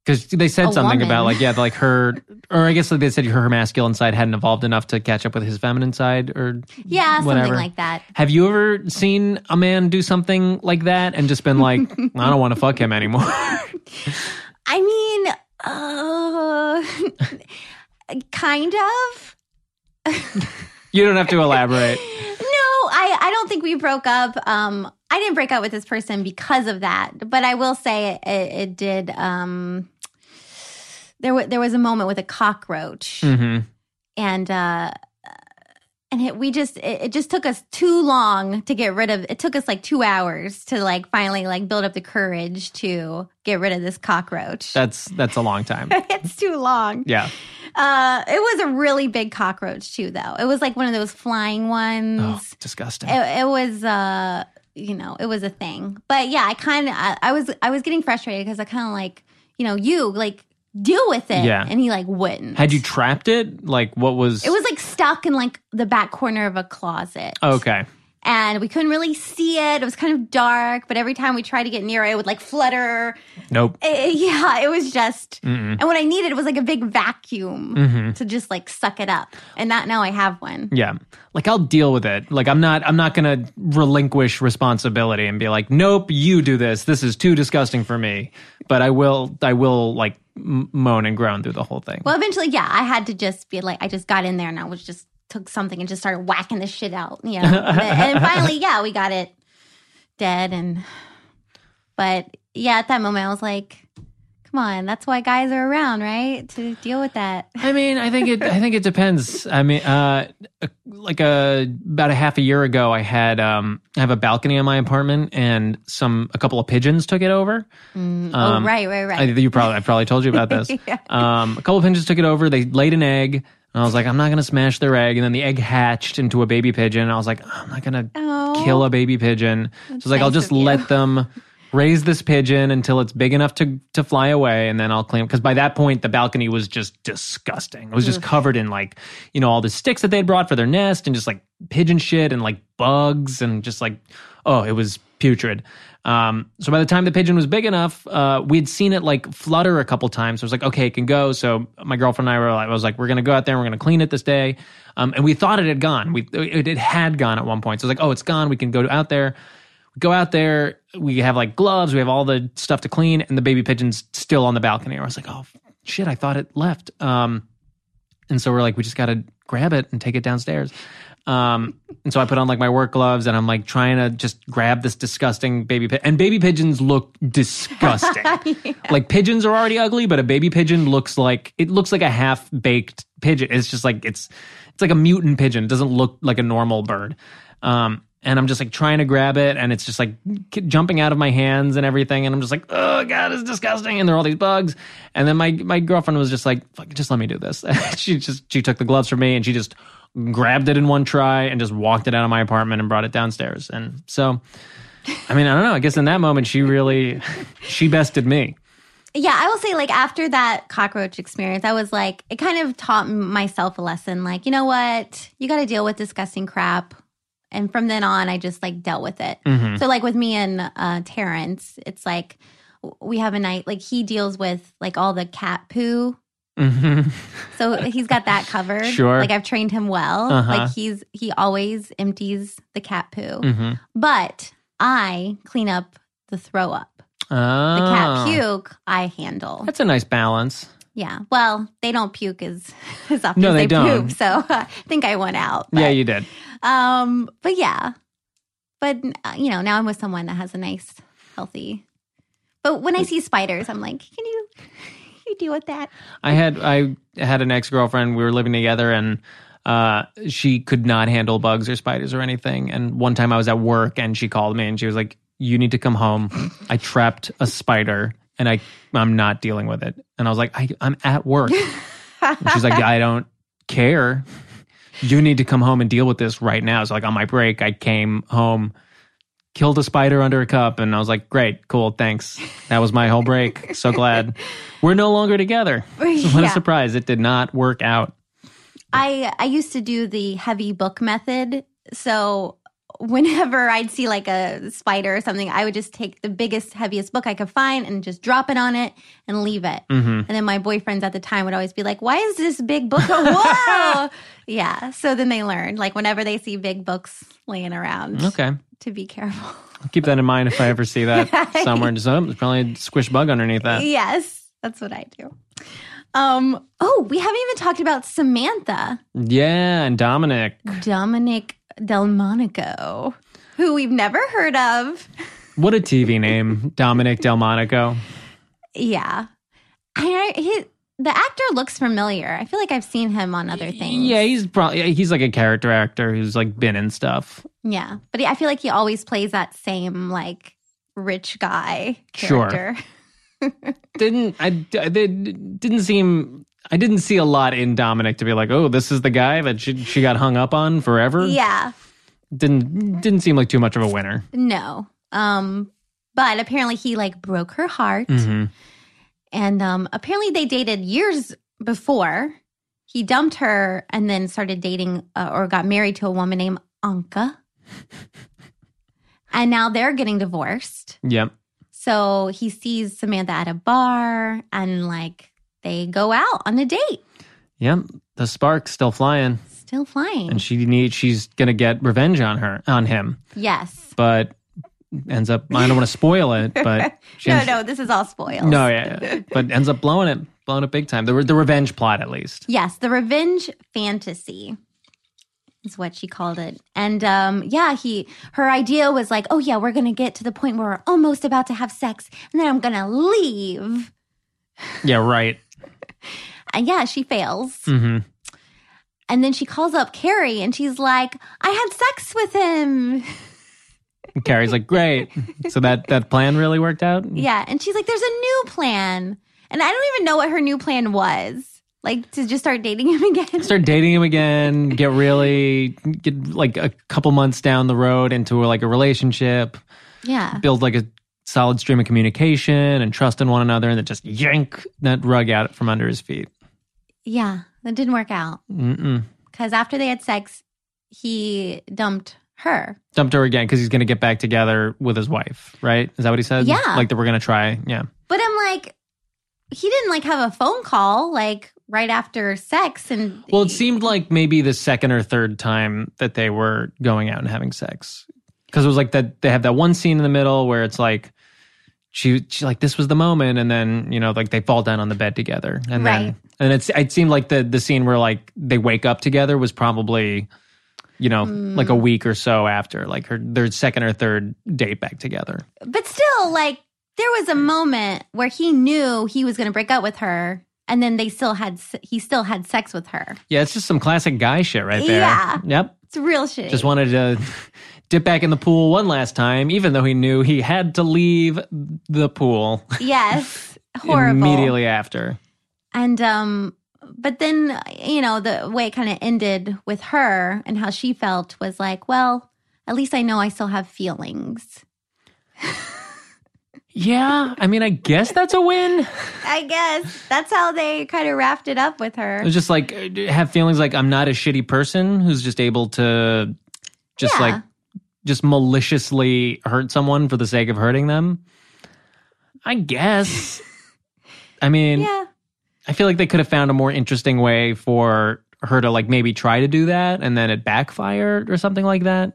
C: Because they said
B: A
C: something
B: woman.
C: about like yeah, like her, or I guess like they said her masculine side hadn't evolved enough to catch up with his feminine side, or
B: yeah,
C: Whatever.
B: something like that.
C: Have you ever seen a man do something like that and just been like, I don't want to fuck him anymore?
B: I mean, uh, kind of.
C: you don't have to elaborate.
B: No, I, I don't think we broke up. Um, I didn't break up with this person because of that, but I will say it, it, it did. Um, there, w- there was a moment with a cockroach.
C: hmm
B: and uh and it, we just it, it just took us too long to get rid of it took us like two hours to like finally like build up the courage to get rid of this cockroach
C: That's that's a long time.
B: it's too long
C: Yeah.
B: uh it was a really big cockroach too though it was like one of those flying ones
C: Oh, disgusting.
B: it, it was uh you know it was a thing but yeah i kind of I, I was i was getting frustrated because i kind of like you know you like deal with it
C: Yeah.
B: and he like wouldn't
C: Had you trapped it? Like what was?
B: it was like stuck in like the back corner of a closet.
C: okay.
B: And we couldn't really see it. It was kind of dark, but every time we tried to get near it, it would like flutter.
C: Nope.
B: Eh, yeah, it was just.
C: Mm-mm.
B: And what I needed was like a big vacuum
C: Mhm.
B: to just like suck it up. And that now I have one.
C: Yeah. Like I'll deal with it. Like I'm not I'm not gonna relinquish responsibility and be like, nope, you do this. This is too disgusting for me. But I will I will like m- moan and groan through the whole thing.
B: Well, eventually, yeah, I had to just be like, I just got in there and I was just took something and just started whacking the shit out. You know? and finally, yeah, we got it dead. And, but yeah, at that moment, I was like, come on, that's why guys are around, right? To deal with that.
C: I mean, I think it. I think it depends. I mean, uh, like a about a half a year ago, I had um, I have a balcony in my apartment, and some a couple of pigeons took it over. Um,
B: oh, right, right, right.
C: I, you probably I probably told you about this. um, a couple of pigeons took it over. They laid an egg, and I was like, I'm not gonna smash their egg. And then the egg hatched into a baby pigeon. And I was like, I'm not gonna
B: Oh.
C: kill a baby pigeon. So it's like I'll
B: nice
C: just
B: of you.
C: let them raise this pigeon until it's big enough to to fly away, and then I'll claim. Because by that point, the balcony was just disgusting. It was just covered in like you know all the sticks that they had brought for their nest, and just like pigeon shit and like bugs, and just like oh, it was putrid. Um, so by the time the pigeon was big enough, uh, we had seen it like flutter a couple times. So I was like, okay, it can go. So my girlfriend and I were like, I was like, we're gonna go out there and we're gonna clean it this day. Um, and we thought it had gone. We it, it had gone at one point. So I was like, oh, it's gone. We can go out there. We go out there. We have like gloves. We have all the stuff to clean, and the baby pigeon's still on the balcony. I was like, oh shit, I thought it left. Um, and so we're like, we just gotta grab it and take it downstairs. Um, and so I put on like my work gloves and I'm like trying to just grab this disgusting baby pigeon. And baby pigeons look disgusting. Like pigeons are already ugly, but a baby pigeon looks like it looks like a half baked pigeon. It's just like it's it's like a mutant pigeon. It doesn't look like a normal bird. Um, and I'm just like trying to grab it, and it's just like k- jumping out of my hands and everything. And I'm just like, oh god, it's disgusting. And there are all these bugs. And then my my girlfriend was just like, Fuck, just let me do this. she just she took the gloves from me and she just grabbed it in one try and just walked it out of my apartment and brought it downstairs. And so, I mean, I don't know. I guess in that moment, she really she bested me.
B: Yeah, I will say, like, after that cockroach experience, I was like, it kind of taught m- myself a lesson. Like, you know what? You got to deal with disgusting crap. And from then on, I just like dealt with it.
C: Mm-hmm.
B: So, like, with me and uh, Terrence, it's like w- we have a night, like, he deals with like all the cat poo.
C: Mhm.
B: So he's got that covered.
C: Sure.
B: Like, I've trained him well.
C: Uh-huh.
B: Like, he's, he always empties the cat poo.
C: Mhm.
B: But I clean up the throw up. The
C: Oh.
B: cat puke, I handle.
C: That's a nice balance.
B: Yeah. Well, they don't puke as as often
C: No,
B: as
C: they
B: they,
C: don't.
B: poop. So I think I went out. But,
C: Yeah, you did.
B: um. But yeah. But uh, you know, now I'm with someone that has a nice, healthy. But when I see spiders, I'm like, can you can you deal with that?
C: I had I had an ex girlfriend. We were living together, and uh, she could not handle bugs or spiders or anything. And one time I was at work, and she called me, and she was like, "You need to come home. I trapped a spider, and I I'm not dealing with it." And I was like, I, "I'm at work." And she's like, "I don't care. You need to come home and deal with this right now." So like on my break, I came home. Killed a spider under a cup, and I was like, "Great, cool, thanks." That was my whole break. So glad we're no longer together. What a
B: yeah.
C: surprise. It did not work out.
B: I I used to do the heavy book method. So whenever I'd see like a spider or something, I would just take the biggest, heaviest book I could find and just drop it on it and leave it.
C: hmm
B: And then my boyfriends at the time would always be like, "Why is this big book a whoa?" yeah. So then they learned, like, whenever they see big books laying around,
C: Okay.
B: to be careful.
C: I'll keep that in mind if I ever see that somewhere. Just, oh, there's probably a squish bug underneath that.
B: yes, that's what I do. Um. Oh, we haven't even talked about Samantha
C: Yeah. And Dominic.
B: Dominic Delmonico, who we've never heard of.
C: What a TV name. Dominic Delmonico.
B: Yeah, I he, the actor looks familiar. I feel like I've seen him on other things.
C: Yeah. He's probably, he's like a character actor who's like been in stuff.
B: Yeah, but I feel like he always plays that same like rich guy
C: Sure.
B: character.
C: Didn't, I, I did, didn't seem, I didn't see a lot in Dominic to be like, oh, this is the guy that she, she got hung up on forever.
B: Yeah,
C: Didn't, didn't seem like too much of a winner.
B: no. Um, but apparently he like broke her heart,
C: hmm
B: and um, apparently they dated years before. He dumped her and then started dating uh, or got married to a woman named Anka, and now they're getting divorced.
C: Yep.
B: So he sees Samantha at a bar, and like they go out on a date,
C: Yep. The spark's still flying.
B: still flying.
C: and she needs she's gonna get revenge on her on him
B: yes.
C: but ends up i don't want to spoil it but she
B: No,
C: ends-
B: no, this is all spoils.
C: no yeah yeah. but ends up blowing it blowing it big time the, re- the revenge plot at least
B: Yes, the revenge fantasy is what she called it. And um, yeah, he her idea was like, oh yeah, we're gonna get to the point where we're almost about to have sex, and then I'm gonna leave.
C: yeah right
B: And yeah, she fails.
C: hmm
B: And then she calls up Carrie and she's like, I had sex with him.
C: Hmm. carrie's like great so that that plan really worked out
B: Yeah. And she's like, there's a new plan. And I don't even know what her new plan was. Like to just start dating him again.
C: start dating him again get really get like a couple months down the road into like a relationship
B: Yeah.
C: build like a solid stream of communication and trust in one another and then just yank that rug out from under his feet
B: Yeah. That didn't work out.
C: Mm-mm.
B: Because after they had sex, he dumped her.
C: Dumped her again because he's going to get back together with his wife, right? Is that what he said?
B: Yeah.
C: Like that we're going to try. Yeah.
B: But I'm like, he didn't like have a phone call like right after sex, and
C: Well, it seemed like maybe the second or third time that they were going out and having sex. Because it was like that they have that one scene in the middle where it's like she, she like this was the moment, and then you know like they fall down on the bed together, and
B: Right.
C: then and it's it seemed like the the scene where like they wake up together was probably you know like a
B: Mm.
C: week or so after like her their second or third date back together.
B: but still like there was a moment where he knew he was going to break up with her, and then they still had se- he still had sex with her.
C: Yeah, it's just some classic guy shit right there.
B: Yeah.
C: Yep.
B: It's real shit.
C: Just wanted to dip back in the pool one last time, even though he knew he had to leave the pool
B: yes, horrible.
C: immediately after.
B: And um but then you know the way it kind of ended with her and how she felt was like, well, at least I know I still have feelings.
C: Yeah, I mean, I guess that's a win.
B: I guess that's how they kind of wrapped it up with her.
C: It was just like uh, have feelings like I'm not a shitty person who's just able to just
B: Yeah.
C: like just maliciously hurt someone for the sake of hurting them. I guess. I mean,
B: yeah.
C: I feel like they could have found a more interesting way for her to like maybe try to do that and then it backfired or something like that.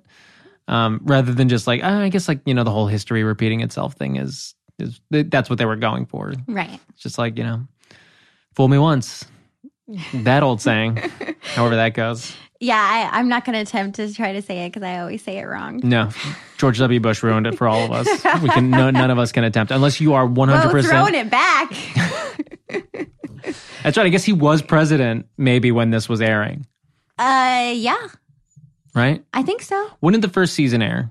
C: Um, rather than just like ah, I guess like you know the whole history repeating itself thing is is th- that's what they were going for.
B: Right.
C: It's just like you know, fool me once, that old saying, however that goes.
B: Yeah, I, I'm not going to attempt to try to say it because I always say it wrong.
C: No, George W. Bush ruined it for all of us. We can no, none of us can attempt unless you are one hundred
B: Whoa,
C: percent
B: throwing it back.
C: That's right. I guess he was president maybe when this was airing,
B: uh, yeah,
C: right?
B: I think so.
C: When did the first season air?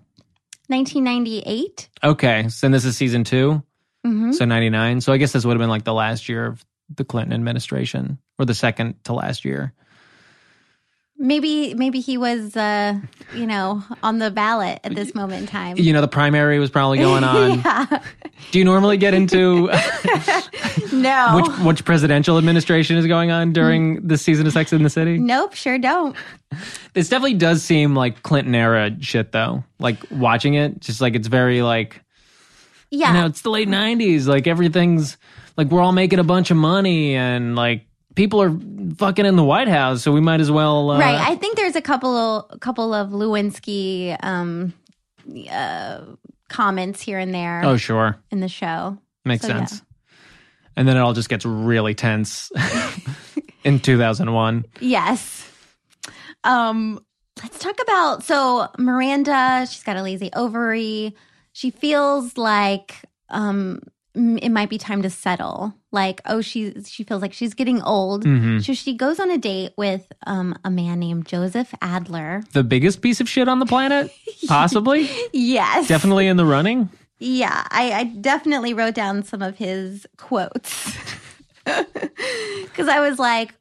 B: 1998.
C: Okay, so then this is season 2
B: hmm
C: so 99. So I guess this would have been like the last year of the Clinton administration or the second to last year.
B: Maybe, maybe he was, uh, you know, on the ballot at this moment in time.
C: You know, the primary was probably going on.
B: yeah.
C: Do you normally get into
B: No.
C: which which presidential administration is going on
B: Mm-hmm.
C: during this season of Sex in the City?
B: Nope, sure don't.
C: This definitely does seem like Clinton era shit though. Like watching it, just like it's very like
B: Yeah.
C: you know, it's the late '90s. Like everything's like we're all making a bunch of money, and like people are fucking in the White House, so we might as well. Uh,
B: right. I think there's a couple a couple of Lewinsky um uh comments here and there
C: oh, sure,
B: in the show.
C: makes
B: So, yeah.
C: sense. And then it all just gets really tense in 2001.
B: Yes. Um let's talk about so Miranda, she's got a lazy ovary. She feels like um m- it might be time to settle. Like, oh, she she feels like she's getting old.
C: hmm
B: So she goes on a date with um, a man named Joseph Adler.
C: The biggest piece of shit on the planet, possibly,
B: Yes,
C: definitely in the running.
B: Yeah, I, I definitely wrote down some of his quotes because I was like,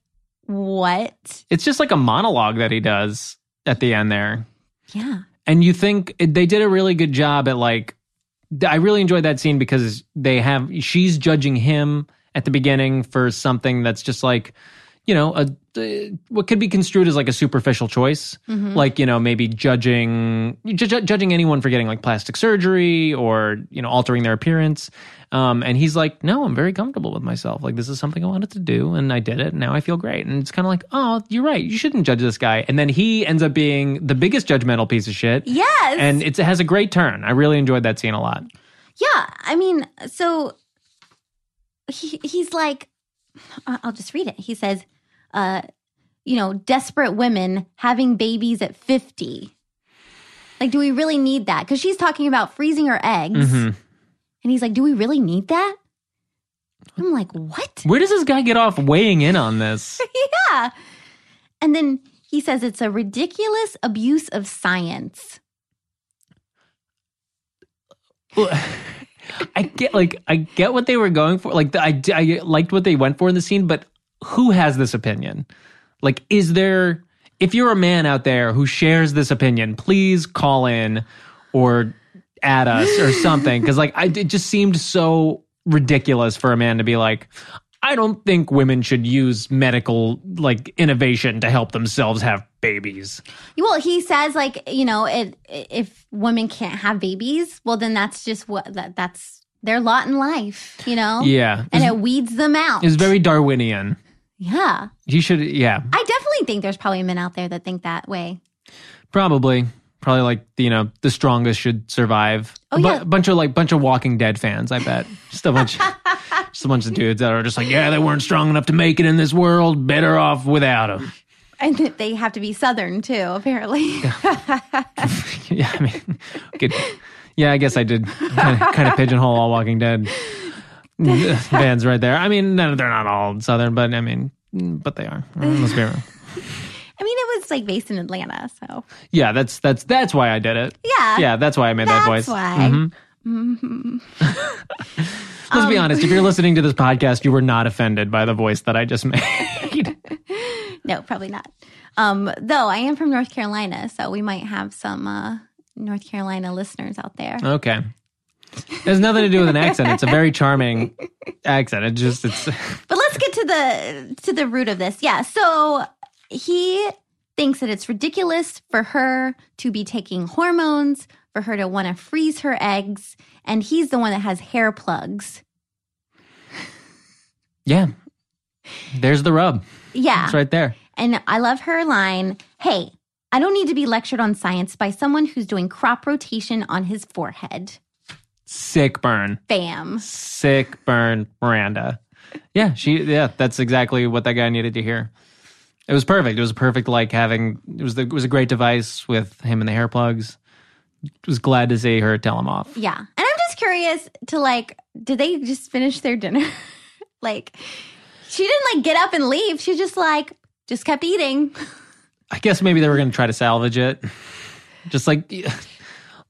B: what?
C: It's just like a monologue that he does at the end there.
B: Yeah.
C: and you think they did a really good job at like i really enjoyed that scene because they have she's judging him at the beginning for something that's just like you know a uh, what could be construed as like a superficial choice
B: Mm-hmm.
C: like you know maybe judging ju- ju- judging anyone for getting like plastic surgery or you know altering their appearance um, and he's like no i'm very comfortable with myself like this is something i wanted to do and i did it and now i feel great and it's kind of like oh you're right you shouldn't judge this guy and then he ends up being the biggest judgmental piece of shit
B: Yes.
C: and it's, it has a great turn i really enjoyed that scene a lot
B: yeah. I mean, so he, he's like, I- I'll just read it. He says, uh, you know, desperate women having babies at 50. Like, do we really need that? Because she's talking about freezing her eggs.
C: Mhm.
B: And he's like, do we really need that? I'm like, what?
C: where does this guy get off weighing in on this
B: Yeah. And then he says it's a ridiculous abuse of science.
C: I get like I get what they were going for. Like the, I I liked what they went for in the scene, but who has this opinion? Like, is there? If you're a man out there who shares this opinion, please call in or at us or something because like I, it just seemed so ridiculous for a man to be like. I don't think women should use medical like innovation to help themselves have babies.
B: Well, he says like you know, it, if women can't have babies, well then that's just what that, that's their lot in life, you know.
C: Yeah.
B: Oh. and it weeds them out.
C: It's very Darwinian.
B: yeah,
C: You should yeah,
B: I definitely think there's probably men out there that think that way.
C: probably. Probably like you know the strongest should survive.
B: Oh,
C: a bu-
B: yeah.
C: bunch of like bunch of Walking Dead fans, I bet. Just a bunch, just a bunch of dudes that are just like, yeah, they weren't strong enough to make it in this world. Better off without them.
B: And that they have to be Southern too, apparently.
C: yeah, I mean, good. yeah, I guess I did kind of, kind of pigeonhole all Walking Dead fans right there. I mean, no, they're not all Southern, but I mean, but they are. Let's be real.
B: I mean, it was like based in Atlanta, so
C: Yeah, that's that's that's why I did it.
B: yeah,
C: Yeah, that's why I made
B: that's
C: that voice. Mm-hmm.
B: why. Mm-hmm.
C: Let's
B: Um,
C: be honest. If you're listening to this podcast, you were not offended by the voice that I just made.
B: No, probably not. Um, though I am from North Carolina, so we might have some uh, North Carolina listeners out there.
C: okay. It has nothing to do with an accent. It's a very charming accent. It just it's
B: But let's get to the to the root of this. Yeah. So he thinks that it's ridiculous for her to be taking hormones, for her to want to freeze her eggs, and he's the one that has hair plugs.
C: yeah. There's the rub.
B: Yeah.
C: It's right there.
B: And I love her line, "Hey, I don't need to be lectured on science by someone who's doing crop rotation on his forehead."
C: Sick burn.
B: Bam.
C: sick burn Miranda. Yeah, she yeah, that's exactly what that guy needed to hear. It was perfect. It was perfect like having it was the, it was a great device with him and the hair plugs. Was glad to see her tell him off.
B: Yeah. And I'm just curious to like, did they just finish their dinner? like, she didn't like get up and leave. She just like, just kept eating.
C: I guess maybe they were going to try to salvage it. Just like yeah,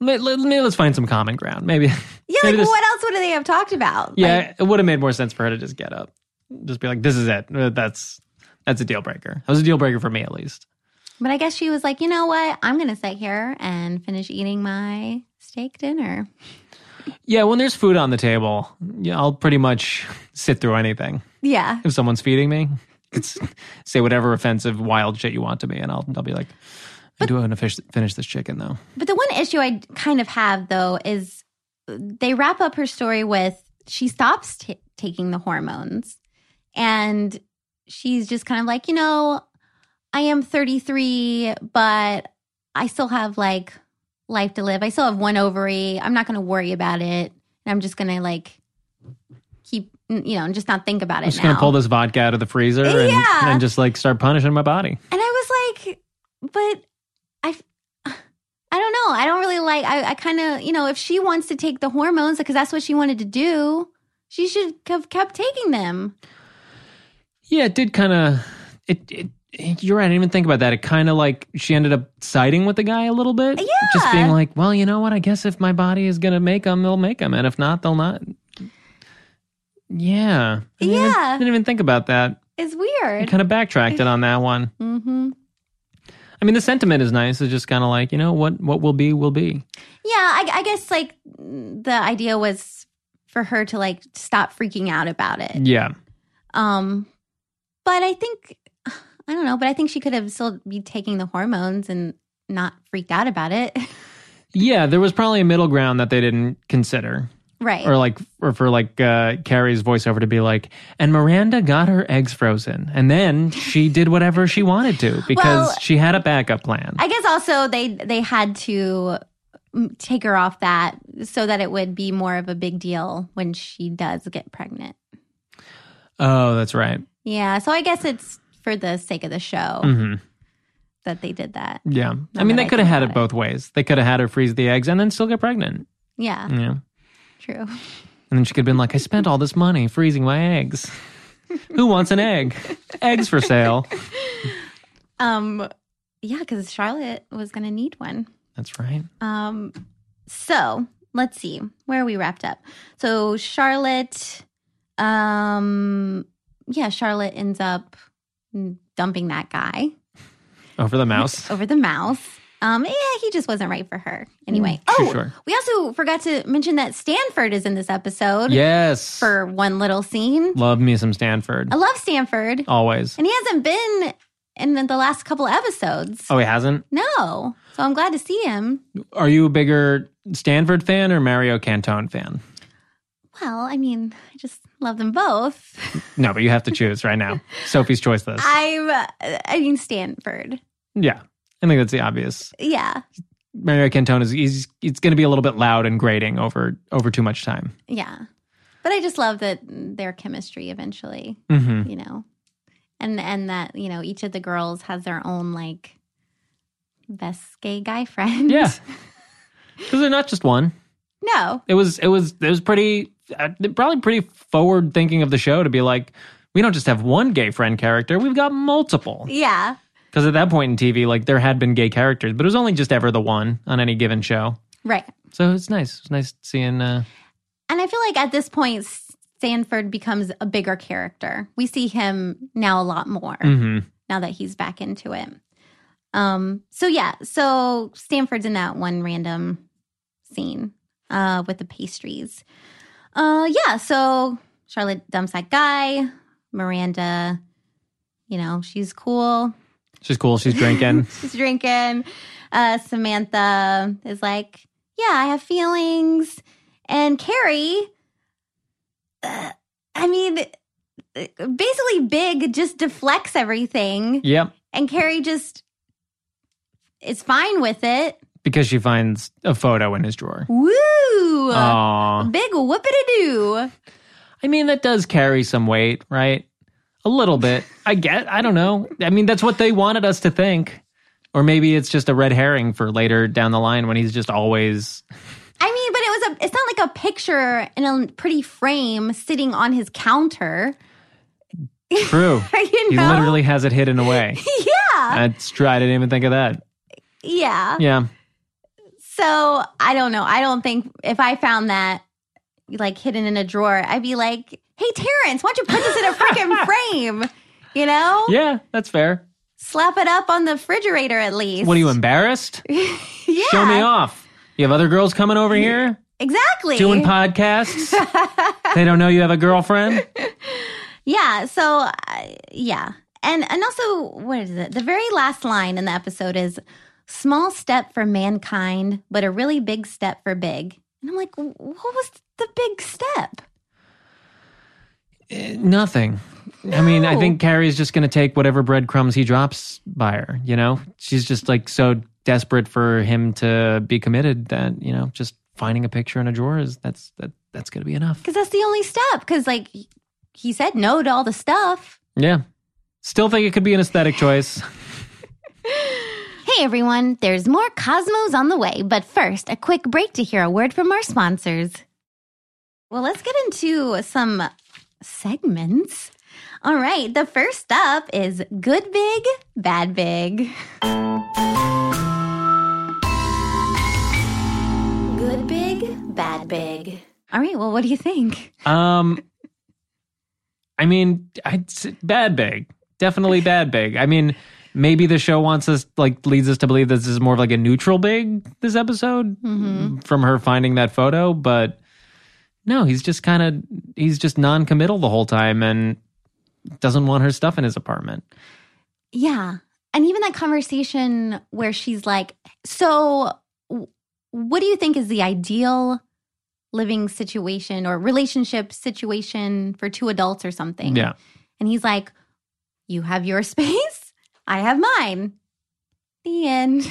C: let, let, maybe let's find some common ground. Maybe
B: Yeah.
C: maybe
B: Like,
C: this-
B: what else would they have talked about?
C: Yeah,
B: Like,
C: it would have made more sense for her to just get up. Just be like this is it. Uh, That's that's a deal breaker. That was a deal breaker for me at least.
B: but I guess she was like, you know what? I'm going to sit here and finish eating my steak dinner.
C: Yeah, when there's food on the table, yeah, I'll pretty much sit through anything.
B: Yeah.
C: if someone's feeding me, it's, say whatever offensive, wild shit you want to me, and I'll I'll be like, I do want to fish, finish this chicken though.
B: But the one issue I kind of have though is they wrap up her story with she stops t- taking the hormones and she's just kind of like, you know, I am 33, but I still have like life to live. I still have one ovary. I'm not going to worry about it. And I'm just going to like keep, you know, and just not think about
C: I'm
B: it
C: just
B: now.
C: gonna pull this vodka out of the freezer and,
B: Yeah.
C: and just like start punishing my body.
B: And I was like, but I, I don't know. I don't really like. I, I kind of, you know, if she wants to take the hormones because that's what she wanted to do, she should have kept taking them.
C: Yeah, it did kind of. It, it you're right. I didn't even think about that. It kind of like she ended up siding with the guy a little bit. Yeah, just being like, well, you know what? I guess if my body is gonna make them, they'll make them, and if not, they'll not. Yeah. I didn't even-
B: Yeah.
C: didn't even think about that.
B: It's
C: I
B: weird.
C: kind of backtracked it on that one.
B: hmm
C: I mean, the sentiment is nice. It's just kind of like you know what what will be will be.
B: Yeah, I, I guess like the idea was for her to like stop freaking out about it.
C: Yeah,
B: Um, but I think I don't know. But I think she could have still be taking the hormones and not freaked out about it.
C: yeah. There was probably a middle ground that they didn't consider,
B: right.
C: or like or for like uh, Carrie's voiceover to be like, and Miranda got her eggs frozen, and then she did whatever she wanted to because
B: Well-
C: she had a backup plan.
B: I guess also they they had to mm, take her off that so that it would be more of a big deal when she does get pregnant.
C: oh, that's right.
B: Yeah, so I guess it's for the sake of the show
C: hmm
B: that they did that.
C: Yeah, I
B: that
C: mean they
B: I
C: could have
B: think
C: had it
B: about
C: both ways. They could have had her freeze the eggs and then still get pregnant.
B: Yeah,
C: Yeah,
B: true.
C: and then she could have been like, I spent all this money freezing my eggs. Who wants an egg? Eggs for sale.
B: Um yeah, cuz Charlotte was going to need one.
C: That's right.
B: Um so, let's see. Where are we wrapped up? So, Charlotte um yeah, Charlotte ends up dumping that guy.
C: Over the mouse.
B: over the mouse. Um, yeah, he just wasn't right for her anyway. Oh,
C: sure.
B: we also forgot to mention that Stanford is in this episode
C: Yes.
B: for one little scene.
C: Love me some Stanford.
B: I love Stanford,
C: Always.
B: and he hasn't been in the- the last couple episodes.
C: Oh, he hasn't?
B: No, so I'm glad to see him.
C: Are you a bigger Stanford fan or Mario Cantone fan?
B: Well, I mean, I just love them both.
C: No, but you have to choose right now. Sophie's choice this.
B: I'm, uh, I mean, Stanford.
C: yeah. I think that's the obvious.
B: Yeah,
C: Mario Cantone is he's, it's going to be a little bit loud and grating over over too much time.
B: yeah. But I just love that their chemistry eventually.
C: hmm
B: you know and and that you know each of the girls has their own like best gay guy friend
C: Yeah, because they're not just one.
B: no
C: It was it was it was pretty uh, probably pretty forward thinking of the show to be like we don't just have one gay friend character, we've got multiple.
B: yeah
C: Because at that point in TV, like there had been gay characters, but it was only just ever the one on any given show.
B: right
C: So it's nice. It's nice seeing. Uh,
B: and i feel like at this point sanford becomes a bigger character we see him now a lot more
C: mhm.
B: now that he's back into it um so yeah so stanford's in that one random scene uh with the pastries uh yeah so charlotte dumps that guy miranda you know she's cool
C: She's cool. She's drinking.
B: she's drinking. Uh, Samantha is like, "Yeah, I have feelings," and Carrie. uh, I mean, uh, basically, Big just deflects everything,
C: yep.
B: and Carrie just is fine with it.
C: Because she finds a photo in his drawer.
B: Woo!
C: Aw.
B: Big whoop a doo.
C: I mean, that does carry some weight, right? A little bit. I get. I don't know. I mean, that's what they wanted us to think. Or maybe it's just a red herring for later down the line when he's just always.
B: I mean, but it was a. It's not like a picture in a pretty frame sitting on his counter.
C: True.
B: You
C: He
B: know?
C: literally has it hidden away.
B: yeah,
C: That's true. I didn't even think of that.
B: yeah.
C: Yeah.
B: So I don't know. I don't think if I found that like hidden in a drawer, I'd be like, "Hey, Terrence, why don't you put this in a freaking frame? You know,
C: Yeah, that's fair.
B: slap it up on the refrigerator at least."
C: What are you embarrassed?
B: Yeah,
C: Show me off. You have other girls coming over here
B: exactly.
C: doing podcasts. they don't know you have a girlfriend.
B: yeah. So uh, yeah, and and also what is it? The very last line in the episode is "Small step for mankind, but a really big step for big." And I'm like, "What was the big step?"
C: Nothing. I mean, I
B: No.
C: think Carrie's just going to take whatever breadcrumbs he drops by her. You know, she's just like so desperate for him to be committed that you know, just finding a picture in a drawer is that's that that's going to be enough.
B: Because that's the only step. Because like he- he said no to all the stuff.
C: Yeah. Still think it could be an aesthetic choice.
B: Hey everyone, there's more Cosmos on the way, but first, a quick break to hear a word from our sponsors. Well, let's get into some segments. All right, the first up is Good Big, Bad Big. Good Big, Bad Big. All right, well, what do you think?
C: Um, I mean, I'd say bad big, definitely bad big. I mean, maybe the show wants us like leads us to believe this is more of like a neutral big this episode
B: Mm-hmm.
C: from her finding that photo, but no, he's just kind of he's just non-committal the whole time and doesn't want her stuff in his apartment.
B: Yeah. And even that conversation where she's like, So, w- what do you think is the ideal living situation or relationship situation for two adults or something?
C: Yeah,
B: And he's like, You have your space, I have mine. The end.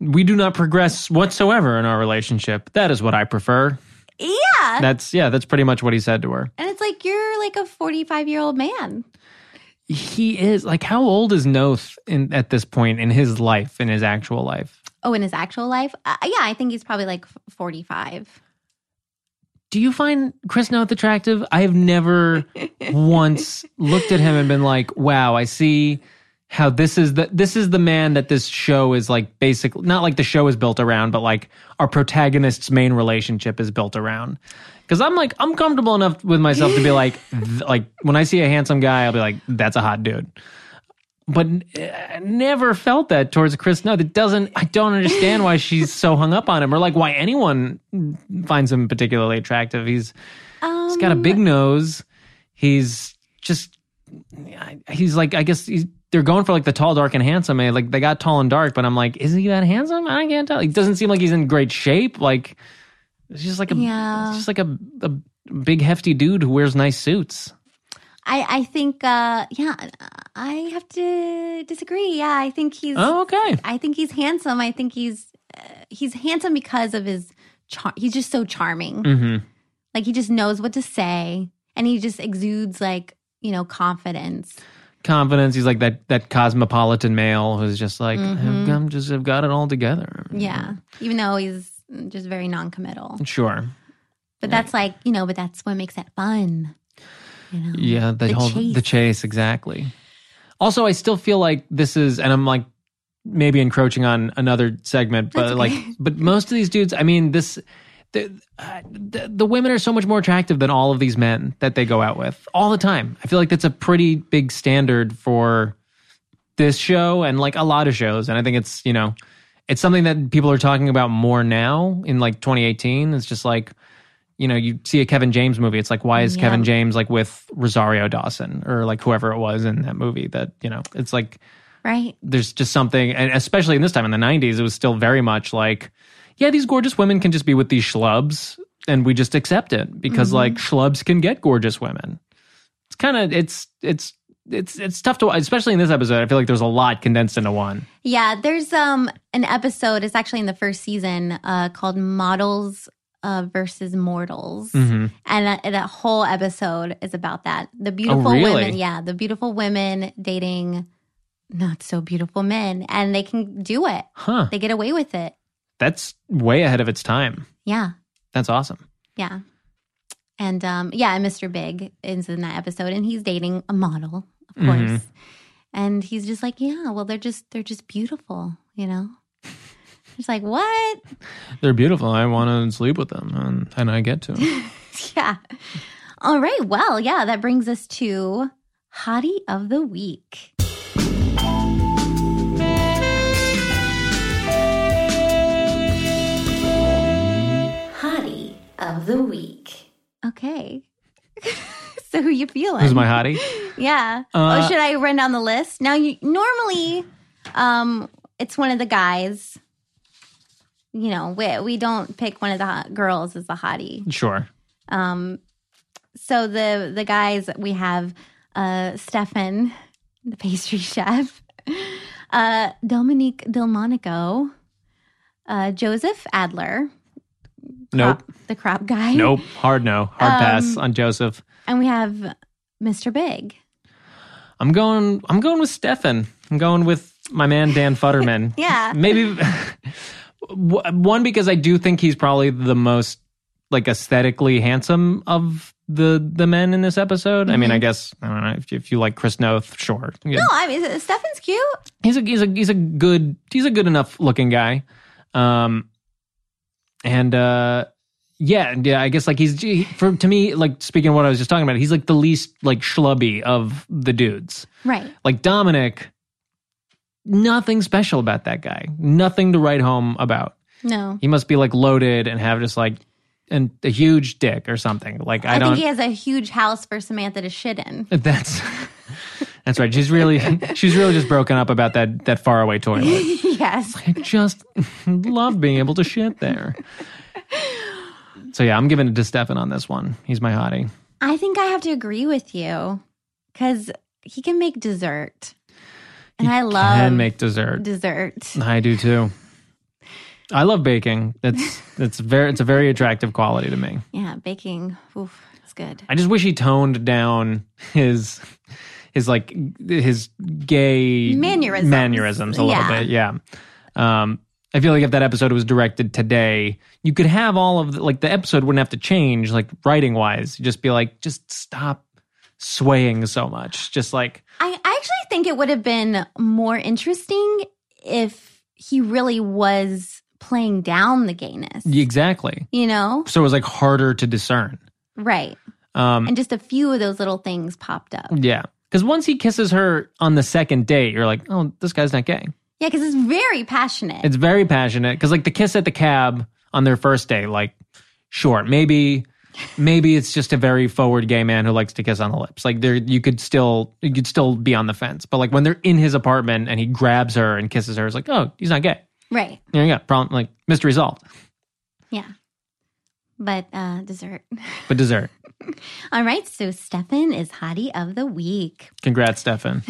C: we do not progress whatsoever in our relationship. That is what I prefer.
B: Yeah.
C: That's yeah, that's pretty much what he said to her.
B: and it's like, You're like a 45 year old man.
C: he is like how old is Noth in at this point in his life in his actual life?
B: Oh, in his actual life? Uh, yeah, I think he's probably like f- 45.
C: Do you find Chris Noth attractive? I have never once looked at him and been like, "Wow, I see how this is the this is the man that this show is like basically not like the show is built around, but like our protagonist's main relationship is built around." Because I'm like I'm comfortable enough with myself to be like th- like when I see a handsome guy, I'll be like, "That's a hot dude." but uh, never felt that towards Chris Nutt. It doesn't. I don't understand why she's so hung up on him, or like why anyone finds him particularly attractive. He's he's
B: Um,
C: got a big nose. He's just he's like I guess he's, they're going for like the tall, dark, and handsome. eh? Like they got tall and dark, but I'm like, is he that handsome? I can't tell. He doesn't seem like he's in great shape. Like it's just like a
B: Yeah.
C: it's just like a, a big hefty dude who wears nice suits.
B: I, I think, uh, yeah, I have to disagree. Yeah, I think he's,
C: Oh, okay.
B: I think he's handsome. I think he's, uh, he's handsome because of his charm. He's just so charming.
C: hmm
B: Like he just knows what to say, and he just exudes like you know confidence.
C: confidence. He's like that that cosmopolitan male who's just like
B: Mhm.
C: I'm just I've got it all together.
B: Yeah, even though he's just very non-committal.
C: Sure.
B: But that's like you know, but that's what makes that fun. You know?
C: Yeah, the,
B: The
C: whole
B: chase.
C: the chase exactly. Also, I still feel like this is, and I'm like maybe encroaching on another segment, but
B: That's okay.
C: like, but most of these dudes, I mean, this. The, uh, the, the women are so much more attractive than all of these men that they go out with all the time. I feel like that's a pretty big standard for this show and like a lot of shows. And I think it's, you know, it's something that people are talking about more now in like 2018. It's just like, you know, you see a Kevin James movie. It's like, why is
B: Yeah.
C: Kevin James like with Rosario Dawson or like whoever it was in that movie that, you know, it's like
B: Right.
C: there's just something, and especially in this time in the 90s, it was still very much like, yeah, these gorgeous women can just be with these schlubs and we just accept it because like schlubs can get gorgeous women. It's kind of, it's, it's, it's it's tough to especially in this episode. I feel like there's a lot condensed into one.
B: Yeah. There's um an episode. It's actually in the first season uh, called Models uh, versus Mortals,
C: Mhm.
B: and that, that whole episode is about that. The beautiful
C: really?
B: women. Yeah, the beautiful women dating not so beautiful men, and they can do it.
C: Huh.
B: They get away with it.
C: That's way ahead of its time.
B: Yeah.
C: That's awesome.
B: Yeah. And um, yeah, and Mr. Big is in that episode, and he's dating a model, of course.
C: Mhm.
B: And he's just like, yeah, well, they're just they're just beautiful, you know. It's like what?
C: They're beautiful. I want to sleep with them, and, and I get to.
B: yeah. All right. Well, yeah, that brings us to hottie of the week. Hottie of the week. Okay. so who you feeling?
C: Who's my hottie?
B: Yeah.
C: Uh,
B: oh, should I run down the list? Now you normally um it's one of the guys. You know, we we don't pick one of the hot girls as the hottie.
C: Sure.
B: Um so the the guys we have uh Stefan, the pastry chef, uh Dominique Delmonico, uh Joseph Adler,
C: Nope.
B: crop- the crop guy.
C: Nope. Hard no. Hard pass
B: Um,
C: on Joseph.
B: And we have Mr. Big.
C: I'm going. I'm going with Stefan. I'm going with my man Dan Futterman.
B: Yeah.
C: Maybe w- one because I do think he's probably the most like aesthetically handsome of the the men in this episode. I mean, I guess I don't know if you, if you like Chris Noth, sure. Yeah.
B: Mm-hmm. No, I mean Stefan's cute.
C: he's a he's a he's a good he's a good enough looking guy um and uh yeah yeah i guess like he's he- for to me like speaking of what i was just talking about he's like the least like schlubby of the dudes
B: Right.
C: like dominic nothing special about that guy nothing to write home about
B: No.
C: he must be like loaded and have just like and a huge dick or something like i,
B: I,
C: don't
B: think he has a huge house for Samantha to shit in.
C: that's that's right she's really she's really just broken up about that that faraway toilet
B: yes.
C: I just love being able to shit there. So yeah, I'm giving it to Stefan on this one. He's my hottie.
B: I think I have to agree with you because he can make dessert. And I love
C: Can make dessert.
B: dessert.
C: I do too. I love baking. That's that's very it's a very attractive quality to me.
B: Yeah, baking. Oof, it's good.
C: I just wish he toned down his his like his gay
B: Mannerisms.
C: mannerisms a little
B: Yeah.
C: bit. Yeah. Um I feel like if that episode was directed today, you could have all of the, like the episode wouldn't have to change like writing wise. Just be like, just stop swaying so much. Just like
B: I, I actually think it would have been more interesting if he really was playing down the gayness.
C: exactly.
B: You know?
C: So it was like harder to discern.
B: Right.
C: Um,
B: And just a few of those little things popped up.
C: yeah. Because once he kisses her on the second date, you're like, oh, this guy's not gay.
B: Yeah, because it's very passionate.
C: It's very passionate. Because like the kiss at the cab on their first date, like, sure, maybe, maybe it's just a very forward gay man who likes to kiss on the lips. Like there, you could still, you could still be on the fence. But like when they're in his apartment and he grabs her and kisses her, it's like, oh, he's not gay.
B: right.
C: There you go. Problem like mystery solved.
B: Yeah. But uh dessert.
C: But dessert.
B: All right, so Stefan is hottie of the week.
C: Congrats, Stefan.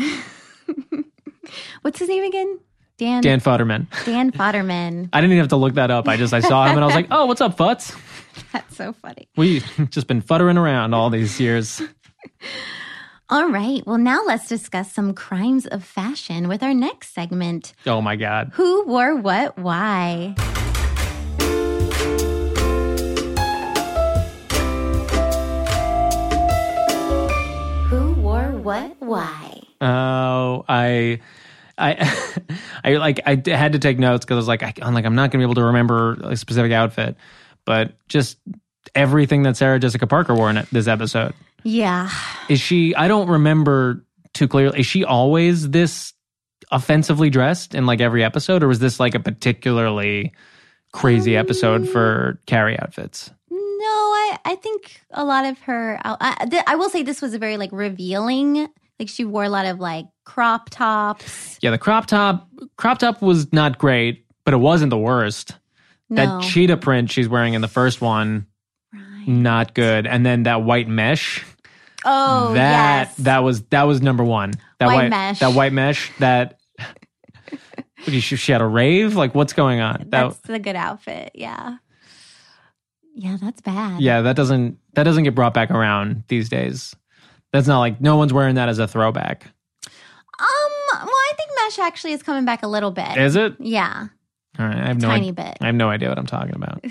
B: What's his name again? Dan
C: Dan Futterman.
B: Dan Fodderman.
C: I didn't even have to look that up. I just I saw him and I was like, oh, what's up, Futz?
B: That's so funny.
C: We just been futtering around all these years.
B: All right. Well, now let's discuss some crimes of fashion with our next segment.
C: Oh my god.
B: Who wore what why? Who wore what why?
C: Oh, I, I, I like I d- had to take notes because I was like, I, I'm like I'm not gonna be able to remember a specific outfit, but just everything that Sarah Jessica Parker wore in it this episode.
B: Yeah.
C: Is she? I don't remember too clearly. Is she always this offensively dressed in like every episode, or was this like a particularly crazy episode for Carrie outfits?
B: No, I, I think a lot of her. out- I, th- I will say this was a very like revealing. Like she wore a lot of like crop tops.
C: Yeah, the crop top crop top was not great, but it wasn't the worst.
B: No.
C: That cheetah print she's wearing in the first one,
B: Right.
C: not good. And then that white mesh,
B: Oh
C: that
B: yes.
C: that was that was number one. That
B: White mesh.
C: That white mesh. That what, is she, she had a rave. Like what's going on? That
B: that's the good outfit. Yeah. Yeah, that's bad.
C: yeah, that doesn't that doesn't get brought back around these days. That's not like no one's wearing that as a throwback,
B: Um. Well, I think mesh actually is coming back a little bit.
C: is it?
B: yeah,
C: All right, I have no
B: tiny
C: idea.
B: bit.
C: I have no idea what I'm talking about.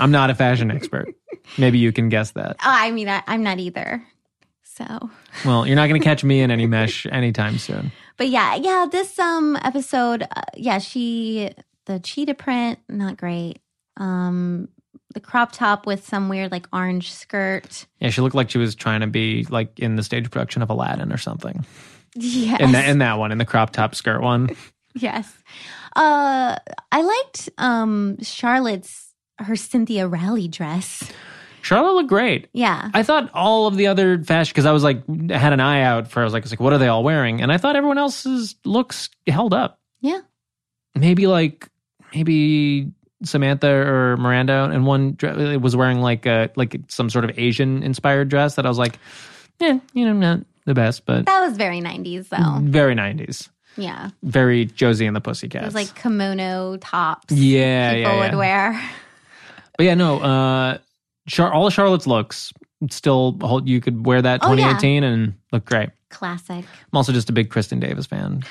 C: I'm not a fashion expert. Maybe you can guess that.
B: Oh, I mean, I, I'm not either. So,
C: Well, you're not going to catch me in any mesh anytime soon.
B: but yeah, yeah. This um episode, uh, yeah, she the cheetah print, not great. Um, the crop top with some weird like orange skirt.
C: Yeah, she looked like she was trying to be like in the stage production of Aladdin or something.
B: Yes,
C: In that in that one, in the crop top skirt one.
B: yes. Uh, I liked um Charlotte's her Cynthia Riley dress.
C: Charlotte looked great.
B: Yeah,
C: I thought all of the other fashion because I was like had an eye out for I was like, it's like what are they all wearing? And I thought everyone else's looks held up.
B: Yeah.
C: Maybe like maybe Samantha or Miranda and one dre- uh, was wearing like a like some sort of Asian inspired dress that I was like, yeah, you know, not the best, but
B: that was very 90s though.
C: very 90s.
B: Yeah,
C: very Josie and the
B: it
C: Pussycats.
B: was like kimono tops.
C: yeah,
B: people
C: yeah, yeah.
B: would wear.
C: But yeah, no. Uh, Char- all of Charlotte's looks still hold. You could wear that
B: Oh, yeah.
C: 2018 and look great.
B: Classic.
C: I'm also just a big Kristen Davis fan.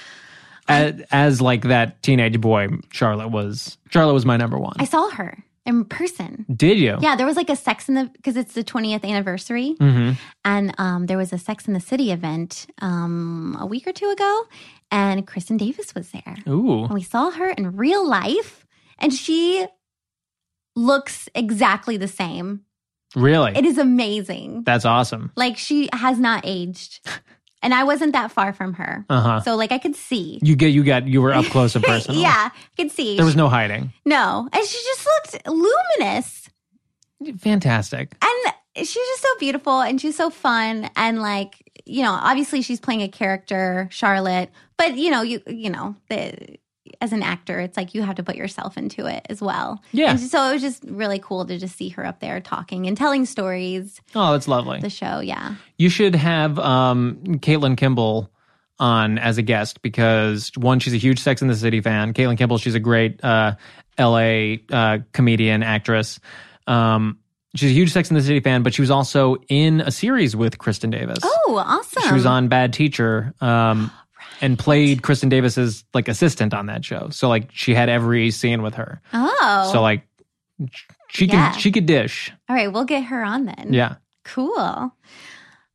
C: As, as like that teenage boy, Charlotte was. Charlotte was my number one.
B: I saw her in person.
C: Did you?
B: Yeah, there was like a Sex in the because it's the 20th anniversary,
C: hmm
B: and um, there was a Sex in the City event um, a week or two ago, and Kristen Davis was there.
C: Ooh.
B: And we saw her in real life, and she looks exactly the same.
C: Really?
B: It is amazing.
C: That's awesome.
B: Like she has not aged, and I wasn't that far from her,
C: Uh huh.
B: so like I could see.
C: You get. You got. You were up close and personal.
B: yeah, I could see.
C: There was no hiding.
B: no, and she just looked luminous.
C: Fantastic.
B: and she's just so beautiful and she's so fun and like you know obviously she's playing a character charlotte but you know you you know the, as an actor it's like you have to put yourself into it as well
C: Yeah.
B: and so it was just really cool to just see her up there talking and telling stories
C: Oh, that's lovely.
B: the show yeah
C: You should have um, Caitlin Kimball on as a guest because one, she's a huge Sex in the City fan. Caitlin Kimball, she's a great uh, L.A. Uh, comedian actress. Um, she's a huge Sex in the City fan, but she was also in a series with Kristen Davis.
B: oh awesome
C: She was on Bad Teacher um, and played Kristen Davis's like assistant on that show. So like she had every scene with her.
B: oh
C: So like she can
B: Yeah.
C: she could dish.
B: all right we'll get her on then
C: Yeah.
B: cool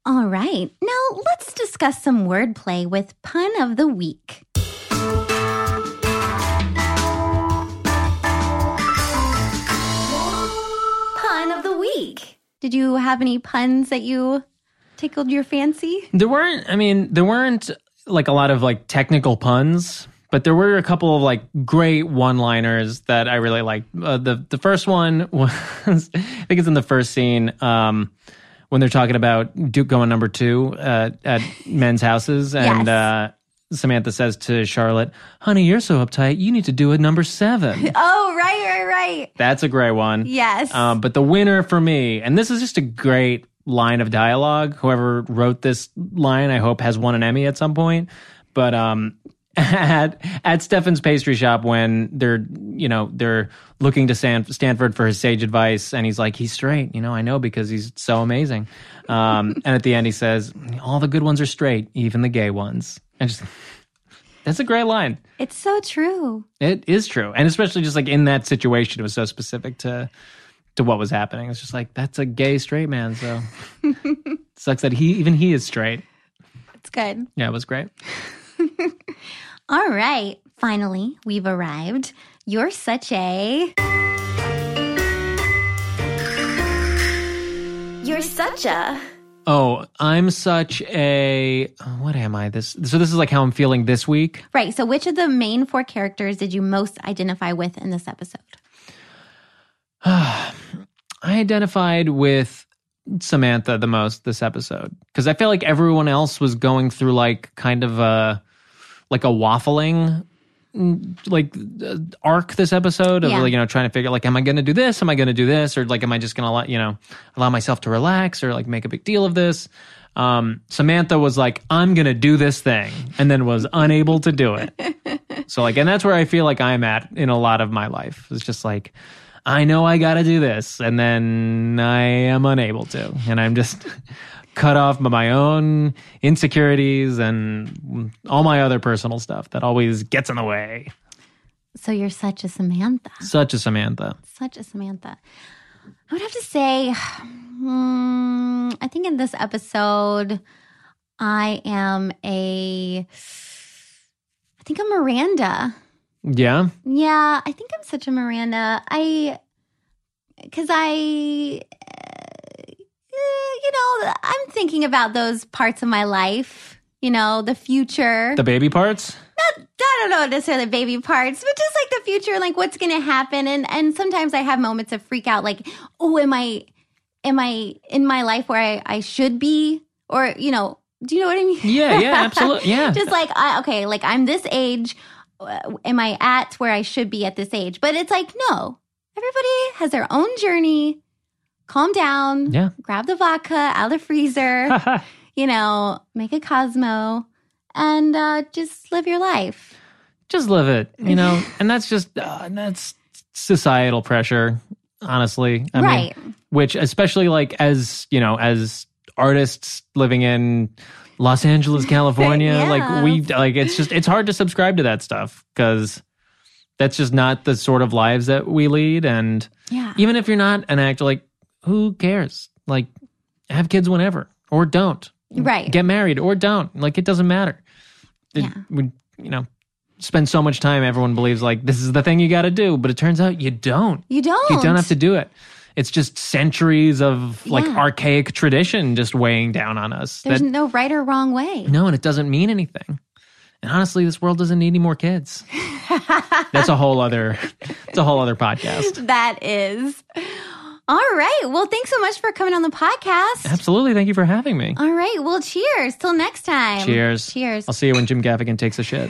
B: all right now let's discuss some wordplay with pun of the week pun of the week. Did you have any puns that you tickled your fancy?
C: There weren't, I mean, there weren't like a lot of like technical puns, but there were a couple of like great one-liners that I really liked. Uh, the the first one was, I think it's in the first scene um, when they're talking about Duke going number two uh, at men's houses, and
B: Yes.
C: uh, Samantha says to Charlotte, "Honey, you're so uptight. You need to do a number seven.
B: Oh, right, right, right.
C: That's a great one.
B: Yes.
C: Um, but the winner for me, and this is just a great line of dialogue. Whoever wrote this line, I hope has won an Emmy at some point. But um, at at Stefan's pastry shop, when they're you know they're looking to San- Stanford for his sage advice, and he's like, he's straight. You know, I know because he's so amazing. Um, and at the end, he says, all the good ones are straight, even the gay ones. And just that's a great line.
B: it's so true.
C: It is true, and especially just like in that situation, it was so specific to to what was happening. It's just like that's a gay straight man, so sucks that he even he is straight.
B: It's good.
C: Yeah, it was great.
B: All right. Finally, we've arrived. You're such a.
D: You're such a.
C: Oh, I'm such a what am I? This so this is like how I'm feeling this week.
B: Right. So, which of the main four characters did you most identify with in this episode?
C: I identified with Samantha the most this episode because I feel like everyone else was going through like kind of a like a waffling mm, like uh, arc this episode of
B: Yeah.
C: like you know trying to figure like am I going to do this am I going to do this or like am I just going to allow you know allow myself to relax or like make a big deal of this um Samantha was like I'm going to do this thing and then was unable to do it so like, and that's where I feel like I'm at in a lot of my life. It's just like, I know I got to do this, and then I am unable to, and I'm just cut off by my own insecurities and all my other personal stuff that always gets in the way.
B: So, you're such a Samantha.
C: Such a Samantha.
B: Such a Samantha. I would have to say, hmm, I think in this episode, I am a. I think I'm Miranda.
C: Yeah,
B: Yeah, I think I'm such a Miranda. I, because I, uh, you know, I'm thinking about those parts of my life, you know, the future.
C: the baby parts.
B: Not, I don't know necessarily baby parts, but just like the future, like what's going to happen. And, and sometimes I have moments of freak out, like, oh, am I, am I in my life where I, I should be? Or, you know, do you know what I mean?
C: Yeah, yeah, absolutely. Yeah,
B: just like I, okay like i'm this age uh, am i at where i should be at this age but it's like no everybody has their own journey calm down
C: yeah.
B: grab the vodka out of the freezer you know make a cosmo and uh, just live your life
C: just live it, you know. and that's just uh, that's societal pressure, honestly. I
B: Right.
C: Mean, which, especially like as you know, as artists living in Los Angeles, California,
B: Yeah.
C: like we like it's just it's hard to subscribe to that stuff because that's just not the sort of lives that we lead. And
B: yeah
C: even if you're not an actor, like who cares? Like have kids whenever or don't
B: right
C: get married or don't. Like it doesn't matter. It-
B: Yeah.
C: We, you know, spend so much time. Everyone believes like this is the thing you got to do, but it turns out you don't.
B: you don't
C: You don't have to do it. It's just centuries of like
B: Yeah.
C: archaic tradition just weighing down on us.
B: there's
C: that,
B: no right or wrong way
C: no, and it doesn't mean anything. And honestly, this world doesn't need any more kids. That's a whole other. It's a whole other podcast.
B: that is all right well thanks so much for coming on the podcast
C: Absolutely. Thank you for having me.
B: all right well cheers till next time
C: Cheers.
B: Um, cheers
C: I'll see you when Jim Gaffigan takes a shit.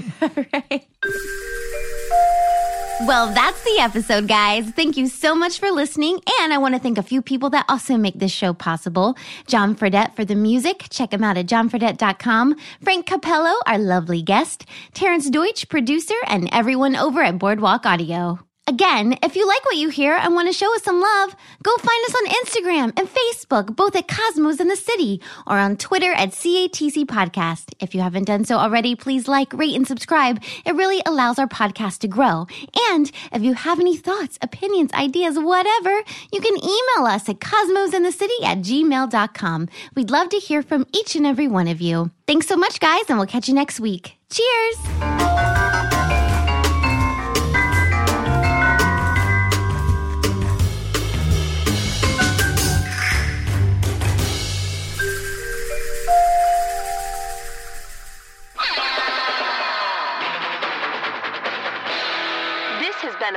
B: Well, that's the episode, guys. Thank you so much for listening. And I want to thank a few people that also make this show possible. John Fredette for the music. Check him out at johnfredette.com. Frank Capello, our lovely guest. Terrence Deutsch, producer, and everyone over at Boardwalk Audio. Again, if you like what you hear and want to show us some love, go find us on Instagram and Facebook, both at Cosmos and the City, or on Twitter at CATC Podcast. If you haven't done so already, please like, rate, and subscribe. It really allows our podcast to grow. And if you have any thoughts, opinions, ideas, whatever, you can email us at cosmosinthecity at gmail.com. We'd love to hear from each and every one of you. Thanks so much, guys, and we'll catch you next week. Cheers!
A: been